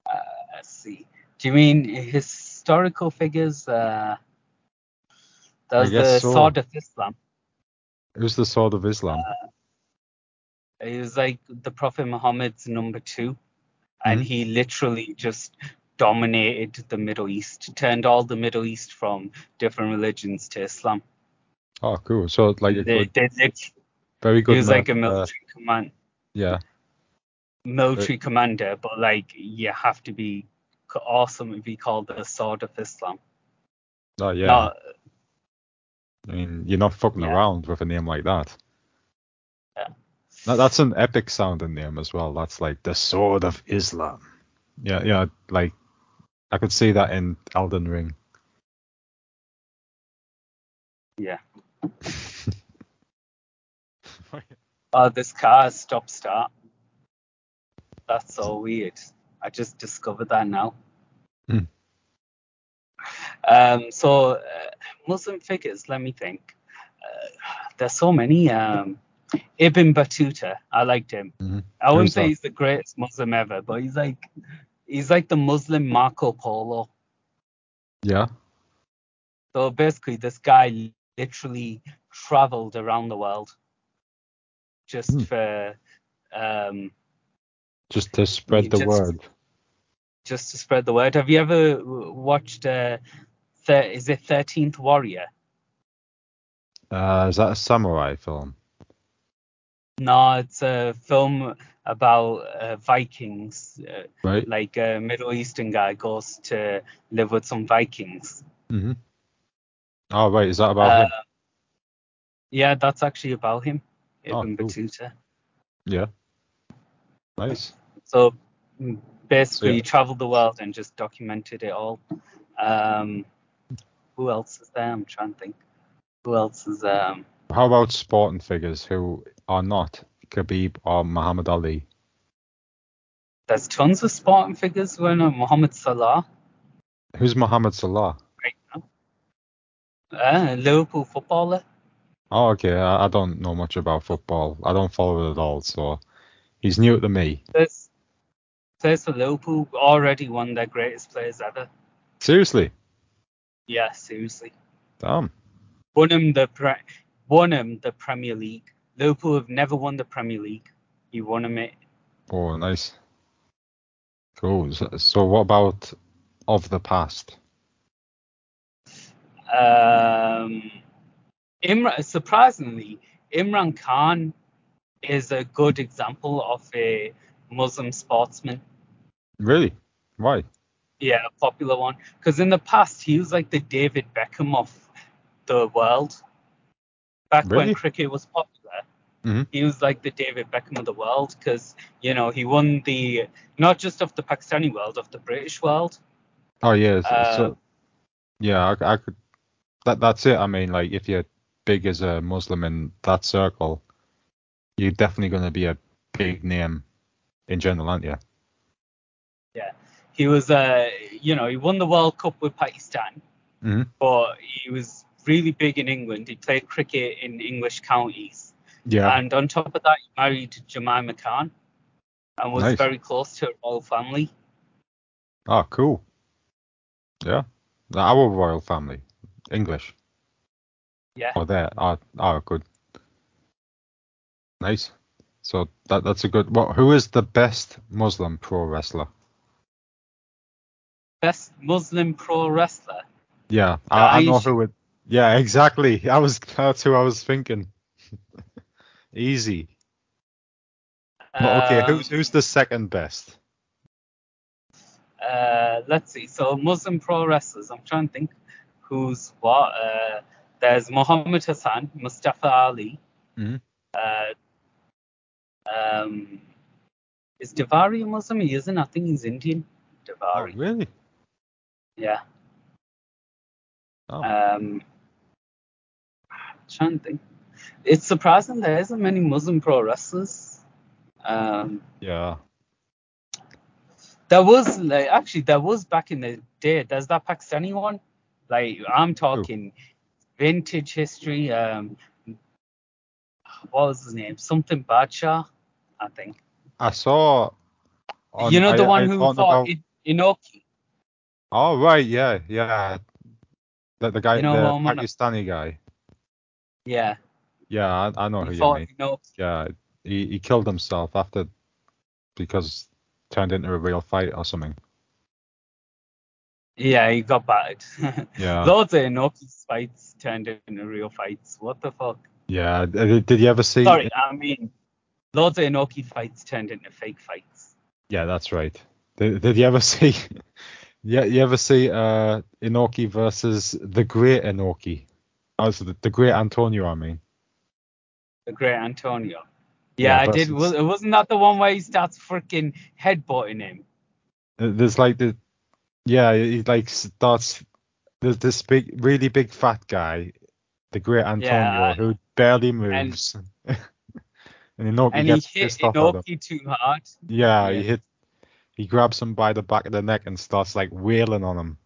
Uh, let's see. Do you mean historical figures? Uh,
I
there's
guess
the
so.
Sword of Islam.
Who's the sword of Islam?
He was like the Prophet Muhammad's number 2 and
Mhm.
he literally just dominated the Middle East, turned all the Middle East from different religions to Islam.
Oh, cool. So like a
They,
good,
they, lit-
very good.
he was like a
man, uh,
military command,
yeah. uh,
military commander, but like you have to be c- awesome if you called the Sword of Islam.
Oh yeah.
Not,
I mean, you're not fucking
Yeah.
around with a name like that.
Yeah.
That- that's an epic sounding name as well. That's like the Sword of Islam. Yeah, yeah. Like I could see that in Elden Ring.
yeah. Oh, this car is stop start. That's so weird. I just discovered that now.
Hmm.
Um, so, uh, Muslim figures, let me think. Uh, there's so many. Um, Ibn Battuta, I liked him.
Mhm.
I wouldn't
Who's
say
that?
he's the greatest Muslim ever, but he's like he's like the Muslim Marco Polo.
yeah.
So basically, this guy literally traveled around the world just
Hmm.
for um,
Just to spread
You
the
just-
word.
just to spread the word. Have you ever w- watched uh, thir- is it Thirteenth Warrior?
Uh, is that a samurai film?
No, it's a uh, film about uh, Vikings. Uh,
Right.
like a Middle Eastern guy goes to live with some Vikings.
Mm-hmm. Oh right, is that about
Uh,
him?
yeah, that's actually about him,
Oh,
Ibn
cool.
Battuta.
Yeah. Nice.
So mm, basically,
Yeah.
he traveled the world and just documented it all. Um, who else is there? I'm trying to think. Who else is um?
How about sporting figures who are not Khabib or Muhammad Ali?
There's tons of sporting figures. When er Mohammed Salah,
Who's Muhammad Salah?
right now, uh, Liverpool footballer.
Oh, okay. I, I don't know much about football. I don't follow it at all, so he's new to me.
There's there's a Liverpool already one of their greatest players ever.
Seriously,
Yeah, seriously.
damn.
won him the pre- won him the Premier League. Liverpool have never won the Premier League. He won him it.
Oh, nice. Cool. So, so what about of the past?
Um, Imran, surprisingly, Imran Khan is a good example of a Muslim sportsman.
Really? Why?
Yeah, a popular one. Because in the past, he was like the David Beckham of the world. Back
Really?
when cricket was popular,
Mhm.
he was like the David Beckham of the world because, you know, he won the, not just of the Pakistani world, of the British world.
Oh yeah. So,
Uh,
so- yeah, I, I could. That that's it. I mean, like if you're big as a Muslim in that circle, you're definitely going to be a big name in general, aren't you?
He was, uh, you know, he won the World Cup with Pakistan.
hmm
but he was really big in England. He played cricket in English counties.
Yeah.
And on top of that, he married Jemima Khan and was
Nice.
very close to her royal family.
oh, cool. Yeah. Our royal family, English.
Yeah.
Oh, there. Oh, oh, good. Nice. So that that's a good. What? Who is the best Muslim pro wrestler?
Best Muslim pro wrestler.
Yeah, I, I know
Nice.
who it. Yeah, exactly. I was that's who I was thinking. Easy. Well, okay, who's
Um,
who's the second best?
Uh, let's see. So Muslim pro wrestlers. I'm trying to think who's what. Uh, there's Muhammad Hassan, Mustafa Ali.
Mhm.
Uh, um, is Davari a Muslim? He isn't. I think he's Indian.
Oh,
Davari.
really?
Yeah.
Oh.
Um, trying to think. It's surprising there isn't many Muslim pro wrestlers. Um,
Yeah.
there was like actually there was back in the day. There's that Pakistani one. Like I'm talking vintage history. Um, what was his name? Something Badshah, I think.
I saw. on-
you know the
Oh, I-
one
I
who
thought
fought
about-
in Inoki.
Oh right, yeah, yeah. The the guy,
You know
the
who I'm on a-
Pakistani guy.
Yeah,
Oh, Yeah, I, I know who
he
you
fought
mean.
Inoki.
Yeah, he he killed himself after because turned into a real fight or something.
Yeah, he got battered.
Yeah.
Loads of Inoki's fights turned into real fights. What the fuck?
Yeah. Did, did you ever see?
Sorry, I mean, loads of Inoki fights turned into fake fights.
Yeah, that's right. Did, did you ever see? Yeah, you ever see uh Inoki versus the Great Inoki? Oh, so the, the Great Antonio, I mean.
The great Antonio.
Yeah,
Yeah, I did.
versus-
Was, wasn't that the one where he starts freaking headbutting him?
Uh, There's like the, yeah, he like starts. There's this big, really big fat guy, the Great Antonio,
I-
who barely moves. And, Inoki
And he
gets
hit
pissed off at him.
Inoki too hard.
Yeah,
Yeah.
he hit. He grabs him by the back of the neck and starts like wailing on him.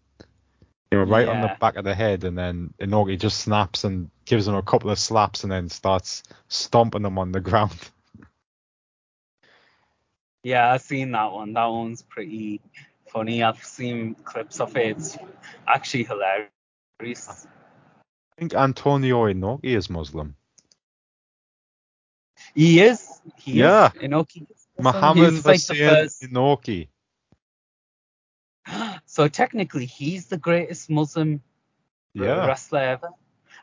They were right on the
Yeah.
back of the head, and then Inoki just snaps and gives him a couple of slaps, and then starts stomping him on the ground.
Yeah, I've seen that one. That one's pretty funny. I've seen clips of it. It's actually hilarious.
I think Antonio Inoki is Muslim.
He is. He
Yeah.
is. Inoki. is.
Muhammad
He's like the
Hussein
first.
Inoki.
So technically, he's the greatest Muslim r-
Yeah,
wrestler ever.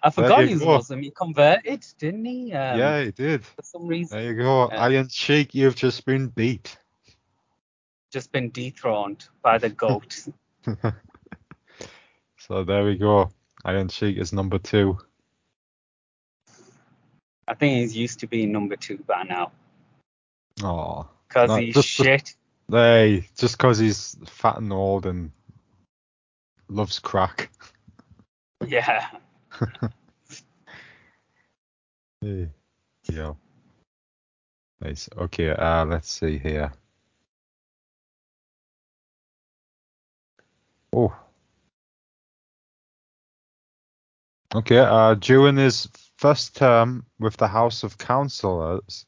I forgot
you
he was
go.
Muslim. He converted, didn't he? Um,
yeah, he did.
For some reason,
There you go.
yeah.
Iron Sheik, you've just been beat.
just been dethroned by the goat.
So there we go. Iron Sheik is number two.
I think he's used to being number two by now
Oh,
because
No,
he's
just-
shit.
hey, just 'cause he's fat and old and loves crack.
Yeah.
Hey, Yeah. Nice. Okay, uh, let's see here. Oh. Okay, uh, during his first term with the House of Councillors,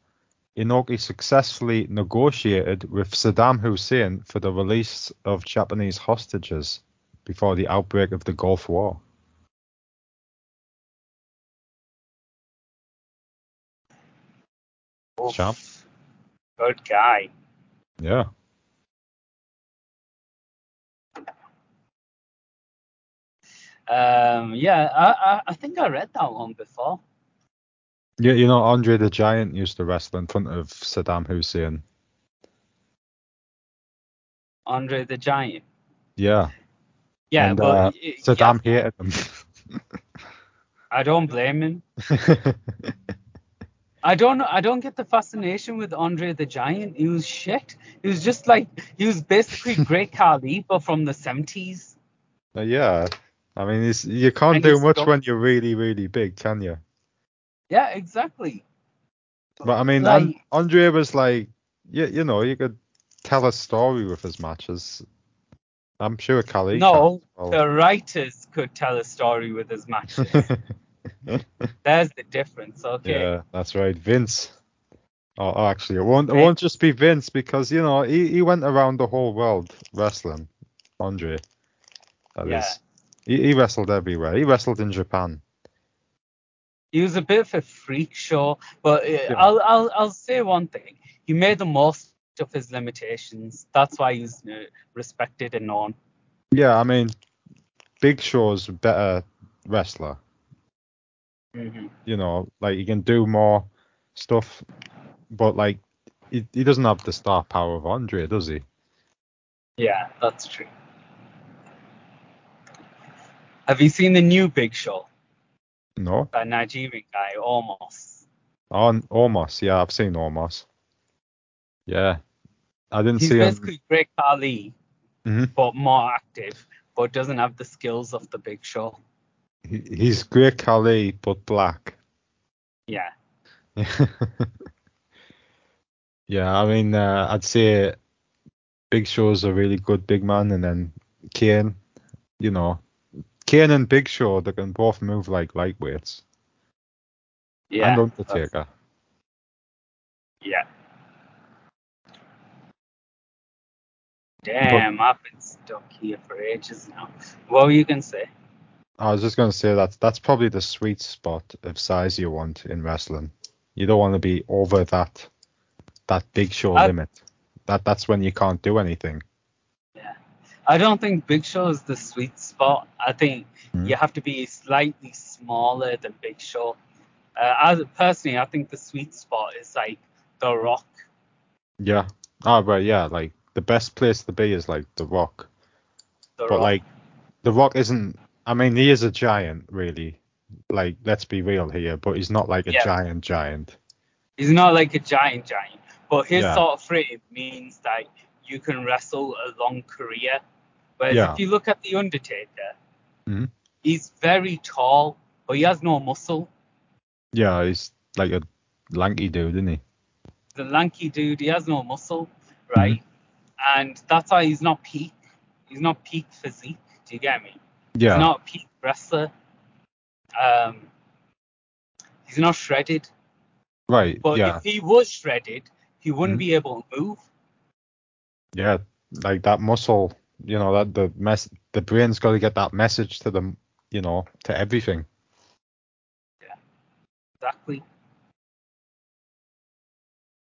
Inoki successfully negotiated with Saddam Hussein for the release of Japanese hostages before the outbreak of the Gulf War.
Oof.
Champ.
Good guy.
Yeah.
Um, yeah, I, I, I think I read that one before.
You, you know, Andre the Giant used to wrestle in front of Saddam Hussein.
Andre the Giant.
Yeah,
Yeah,
And,
but
uh,
y- y-
Saddam
I don't blame him.
hated him.
I don't know. I don't get the fascination with Andre the Giant. He was shit. He was just like he was basically Great Khali, but from the seventies.
Uh, yeah, I mean, it's, you can't
And
do
he's
much
got-
when you're really, really big, can you?
Yeah, exactly.
But I mean, An-
Like-
Andre was like, you, you know, you could tell a story with his matches. I'm sure Kali.
no,
can.
the writers could tell a story with his matches. There's the difference. Okay.
yeah, that's right, Vince. Oh, oh, actually, it won't. It
Vin-
won't just be Vince because you know he, he went around the whole world wrestling. Andre, That is.
Yeah.
He, he wrestled everywhere. He wrestled in Japan.
He was a bit of a freak show, but uh,
Yeah.
I'll, I'll I'll say one thing. He made the most of his limitations. That's why he's uh, respected and known.
Yeah, I mean, Big Show's a better wrestler.
Mhm.
you know, like he can do more stuff, but like he, he doesn't have the star power of Andre, does he?
Yeah, that's true. Have you seen the new Big Show?
No.
That Nigerian guy, almost.
On Ormos, yeah, I've seen Ormos. Yeah, I didn't
He's
see him.
basically Greg Khali,
Mhm.
but more active, but doesn't have the skills of the Big Show.
He, he's Great Khali but black.
Yeah.
yeah, I mean, uh, I'd say Big Show's a really good big man, and then Kane, you know, Kane and Big Show, they can both move like lightweights.
Yeah.
and
that's-
Undertaker.
Yeah. Damn, I've been stuck here for ages now. What were you gonna say?
I was just going to say that that's probably the sweet spot of size you want in wrestling. You don't want to be over that that big show
I-
limit. That that's when you can't do anything.
I don't think Big Show is the sweet spot. I think
Hmm.
you have to be slightly smaller than Big Show. Uh, I personally, I think the sweet spot is like The Rock.
Yeah. Ah, right. Yeah. Like the best place to be is like The Rock,
The
but
Rock.
like The Rock isn't. I mean, he is a giant, really. Like, let's be real here, but he's not like a
Yeah.
giant giant.
He's not like a giant giant, but his
Yeah.
sort of frame means that you can wrestle a long career. Whereas
Yeah.
if you look at the Undertaker,
Mhm.
he's very tall, but he has no muscle.
Yeah, he's like a lanky dude, isn't he?
The lanky dude, he has no muscle, right?
Mm-hmm.
And that's why he's not peak. He's not peak physique. Do you get me?
Yeah.
He's not a peak wrestler. Um, he's not shredded.
right.
But
yeah.
if he was shredded, he wouldn't
Mhm.
be able to move.
Yeah, like that muscle, you know, that the mess, the brain's got to get that message to them, you know, to everything.
Exactly.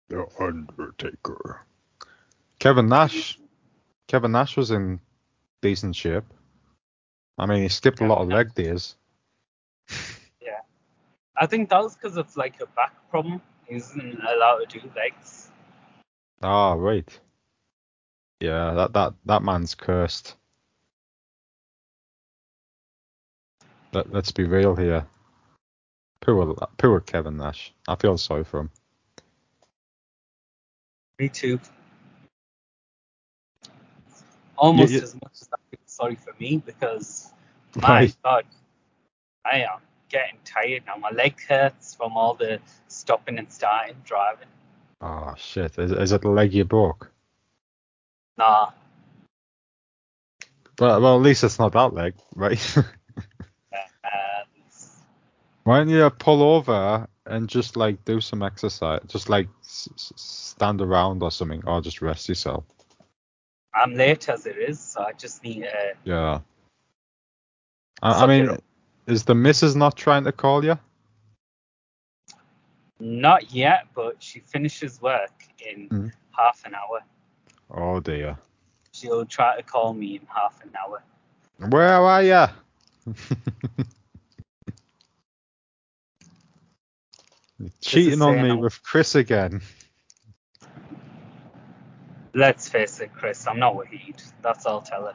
The Undertaker. Kevin Nash, Kevin Nash was in decent shape. I mean, he skipped a lot of leg days.
I think that was because of like a back problem. He wasn't allowed to do legs.
Ah, right. Yeah, that that that man's cursed. Let, let's be real here. Poor poor Kevin Nash. I feel sorry for him.
Me too. Almost
You- you-
as much as I feel sorry for me because my
Right.
God, I am getting tired now. My leg hurts from all the stopping and starting driving.
Oh shit! Is, is it the leg you broke?
Nah,
Well, well, at least it's not that leg, right?
uh,
Why don't you pull over and just like do some exercise, just like s- s- stand around or something, or just rest yourself.
I'm late as it is, so I just need uh,
Yeah. I, I
Suck it
mean,
up.
is the missus not trying to call you?
not yet, but she finishes work in
Mhm.
half an hour.
Oh dear.
She'll try to call me in half an hour.
Where are you? Cheating on me
saying-
with Chris again.
Let's face it, Chris, I'm not Wahid. That's all I'll tell her.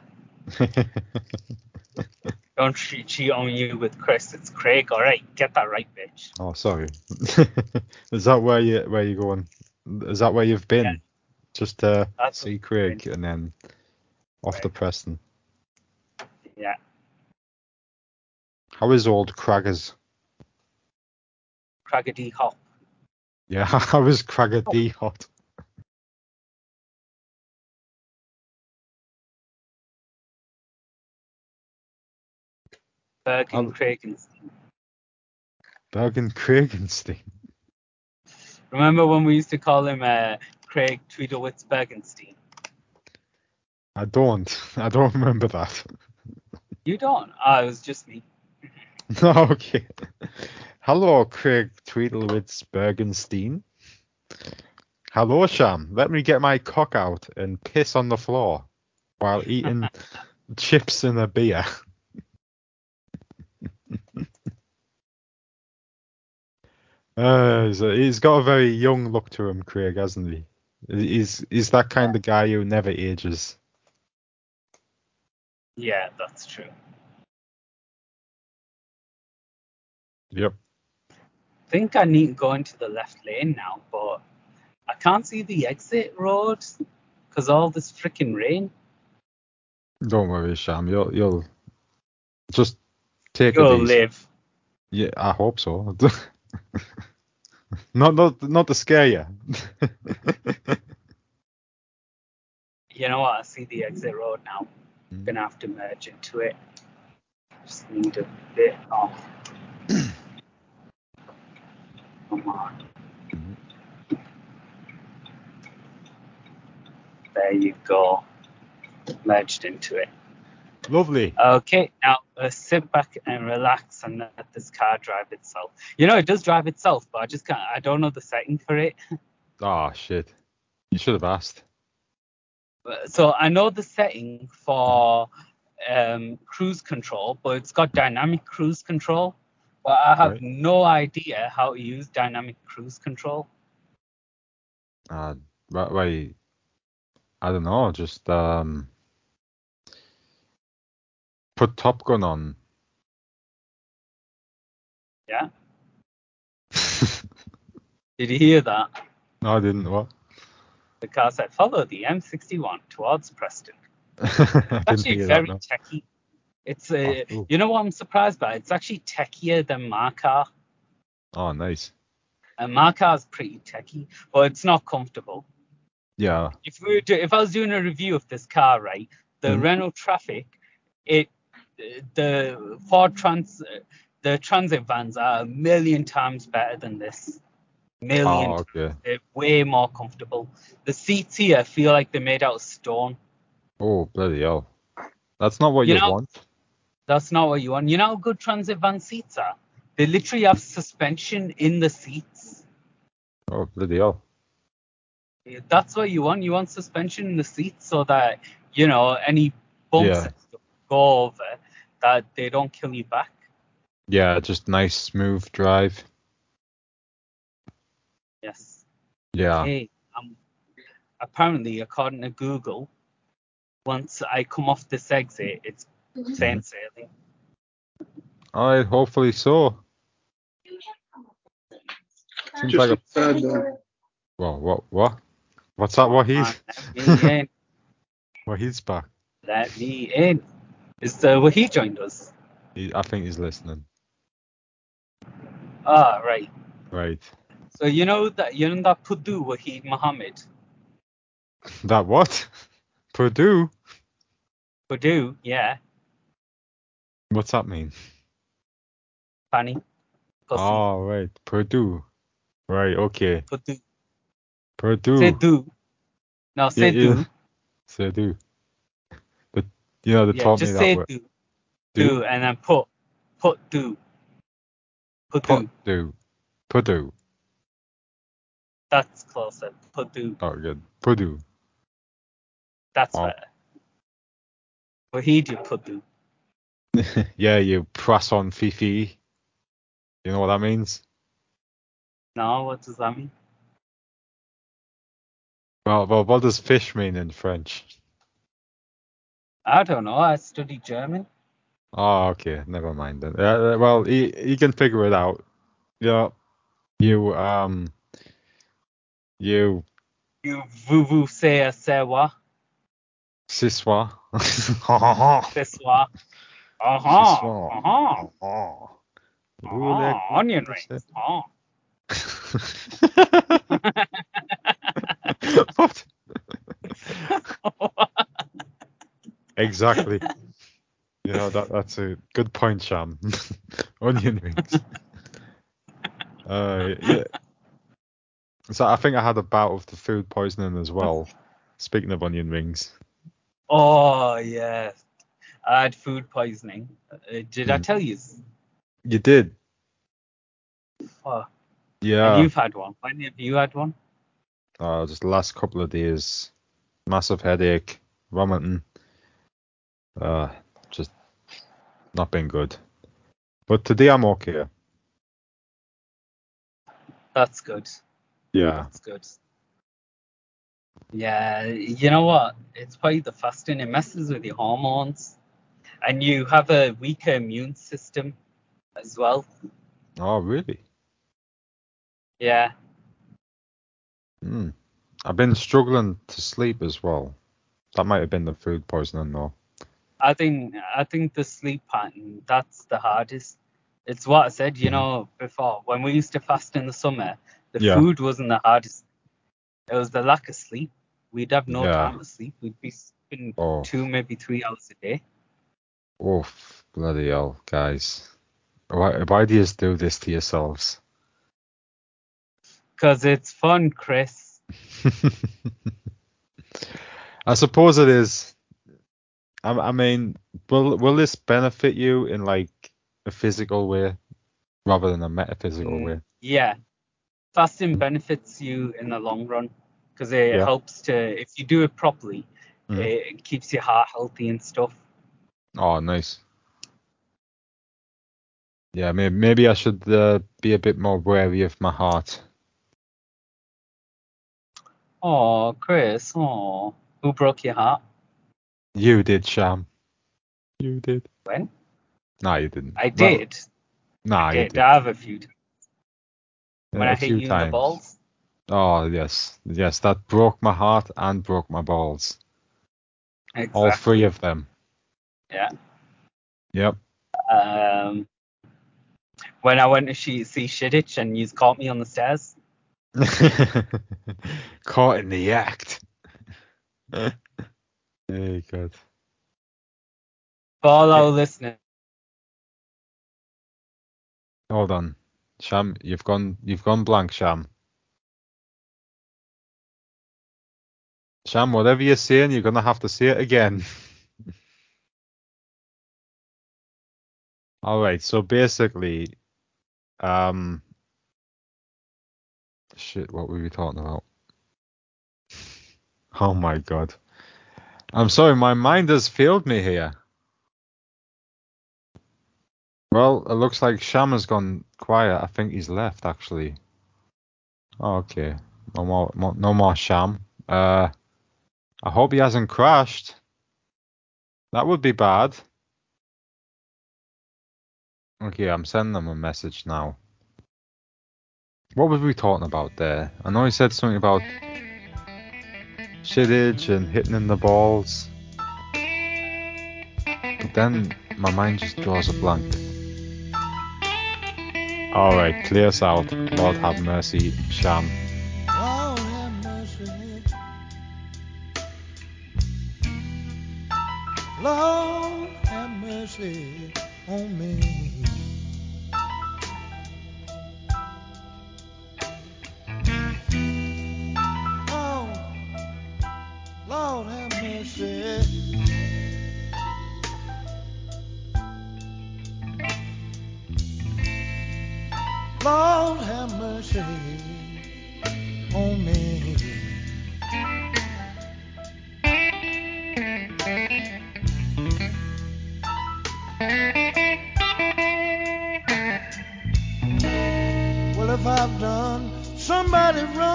Don't cheat, cheat on you with Chris. It's Craig. All right, get that right, bitch.
oh, sorry. Is that where you where you going? Is that where you've been?
Yeah.
Just uh,
That's
see Craig and then off to Preston.
Yeah.
How is old Craggers?
Craggedy hop.
Yeah, how is Cragger
Oh.
D hot?
Berg and
I'll-
Craig. And...
Bergen Kragenstein.
Remember when we used to call him uh, Craig Tweedowitz Bergenstein?
I don't. I don't remember that.
You don't. Ah, it was just me.
No, okay. Hello, Craig Tweedlewitz Bergenstein. Hello, Sham. Let me get my cock out and piss on the floor while eating chips and a beer. Uh, so he's got a very young look to him, Craig, hasn't he? He's he's that kind of guy who never ages.
Yeah, that's true.
Yep.
think I need to go into the left lane now, but I can't see the exit road because all this freaking rain.
Don't worry, Sham. You'll you'll just take
You'll
it easy.
live.
Yeah, I hope so. not not not to scare you.
You know what? I see the exit road now.
Mm.
Gonna have to merge into it. Just need a bit of. Come on. There you go. Merged into it.
Lovely.
Okay, now uh, sit back and relax and let this car drive itself. You know, it does drive itself, but I just can't, I don't know the setting for it.
Ah shit. You should have asked.
But- So I know the setting for um, cruise control, but it's got dynamic cruise control, but I have
Right.
no idea how to use dynamic cruise control.
Uh, right, right. I don't know. Just um, put Top Gun on.
Yeah. Did you hear that?
no, I didn't. What?
The car said, follow the M61 towards Preston.
I didn't
actually
hear
very
that. No.
techy. It's uh,
Oh, ooh.
you know what I'm surprised by? It's actually techier than my car.
Oh, nice.
And my car's pretty techy, but it's not comfortable.
Yeah.
If we were to, if I was doing a review of this car, right, the
Mhm.
Renault Traffic, it, the Ford Trans, the Transit vans are a million times better than this. Million,
Oh, okay.
they're way more comfortable. The seats here feel like they're made out of stone.
Oh, bloody hell. That's not what
You
you,
know-
want.
That's not what you want. You know how good transit van seats are? They literally have suspension in the seats.
Oh, bloody hell.
That's what you want. You want suspension in the seats so that, you know, any bumps
Yeah.
and stuff go over, that they don't kill you back.
Yeah, just nice, smooth drive.
Yes.
Yeah.
Hey, um, apparently, according to Google, once I come off this exit, it's plain sailing.
All right, hopefully so. Seems like
Just uh,
a
absurd, though.
well, what what? What's that? What
Uh,
he's
Let me in.
well, he's back.
Let me in. Is the where he joined us?
He, I think he's listening.
Ah, right.
Right.
So you know that you know that Purdue Wahid Muhammad.
That what? Purdue.
Purdue, yeah,
What's that mean?
funny. Pussy.
Oh right, Purdue. Right. Okay.
Purdue.
Purdue.
Say do. No, say
Yeah, yeah.
do.
Say do. But you know they
Yeah,
taught me
just
that
say
word.
do.
Do.
do. and then put put do. Put do.
Purdue. Purdue.
That's closer. Put do.
Oh good. Purdue.
That's
Oh.
better. Wahid you put do.
yeah, you press on Fifi. You know what that means?
No, what does that mean?
Well, well, what does fish mean in French?
I don't know. I studied German.
Oh, okay, never mind then. Uh, uh, well, you, you can figure it out. Yeah, you um, you
You vous vous say say what?
ce soir.
This one. Uh
Ce
huh.
soir.
Uh huh.
Oh.
Oh, onion rings. Oh.
what? Exactly. You know that that's a good point, Sham. Onion rings. Uh, yeah. So I think I had a bout of the food poisoning as well. Speaking of onion rings,
oh yeah. I had food poisoning. Uh, did I
Mm.
tell you?
you did.
Oh,
Yeah.
You've had one. When have you had one?
Uh, just the last couple of days, massive headache, vomiting. Uh, just not been good. But today I'm okay.
That's good.
Yeah.
That's good. Yeah, you know what? It's probably the fasting. It messes with your hormones, and you have a weaker immune system as well.
Oh, really?
Yeah.
Hmm. I've been struggling to sleep as well. That might have been the food poisoning, though.
I think I think the sleep pattern that's the hardest. It's what I said, you
Mhm.
know, before when we used to fast in the summer, the
Yeah.
food wasn't the hardest. It was the lack of sleep. We'd have no
Yeah.
time to sleep. We'd be sleeping
Oh,
two, maybe three hours a day.
oof, bloody hell, guys. Why, why do you do this to yourselves?
Cause it's fun, Chris.
I suppose it is. I, I mean, will will this benefit you in like a physical way rather than a metaphysical
Mm,
way?
Yeah, fasting benefits you in the long run because it
Yeah.
helps to if you do it properly,
Mhm.
it keeps your heart healthy and stuff.
Oh, nice. Yeah, maybe maybe I should uh, be a bit more wary of my heart.
Oh, Chris. Oh, who broke your heart?
You did, Sham. You did.
When?
No, you didn't.
I
Well,
did.
nah, you
did.
did.
I have a few. times. When
A
I hit
few
you in the
times.
balls.
Oh yes, yes, that broke my heart and broke my balls. All
Exactly.
three of them.
Yeah.
Yep.
Um, when I went to she, see Shidditch and you caught me on the stairs.
Caught in the act. oh
For
god.
all our
Yeah.
listeners,
Hold on. Sham, you've gone you've gone blank, Sham. Sham, whatever you're saying, you're gonna have to say it again. Alright, so basically, um shit, what were we talking about? Oh my god. I'm sorry, my mind has failed me here. Well, it looks like Sham has gone quiet. I think he's left, actually. Oh, okay. No more, mo- no more Sham. Uh, I hope he hasn't crashed. That would be bad. Okay, I'm sending him a message now. What were we talking about there? I know he said something about shittage and hitting in the balls. But then my mind just draws a blank. Alright, clear us out. Lord have mercy, Sham.
Lord have mercy. Lord have mercy on me. Oh, Lord have mercy. Lord have mercy on me. Let it run.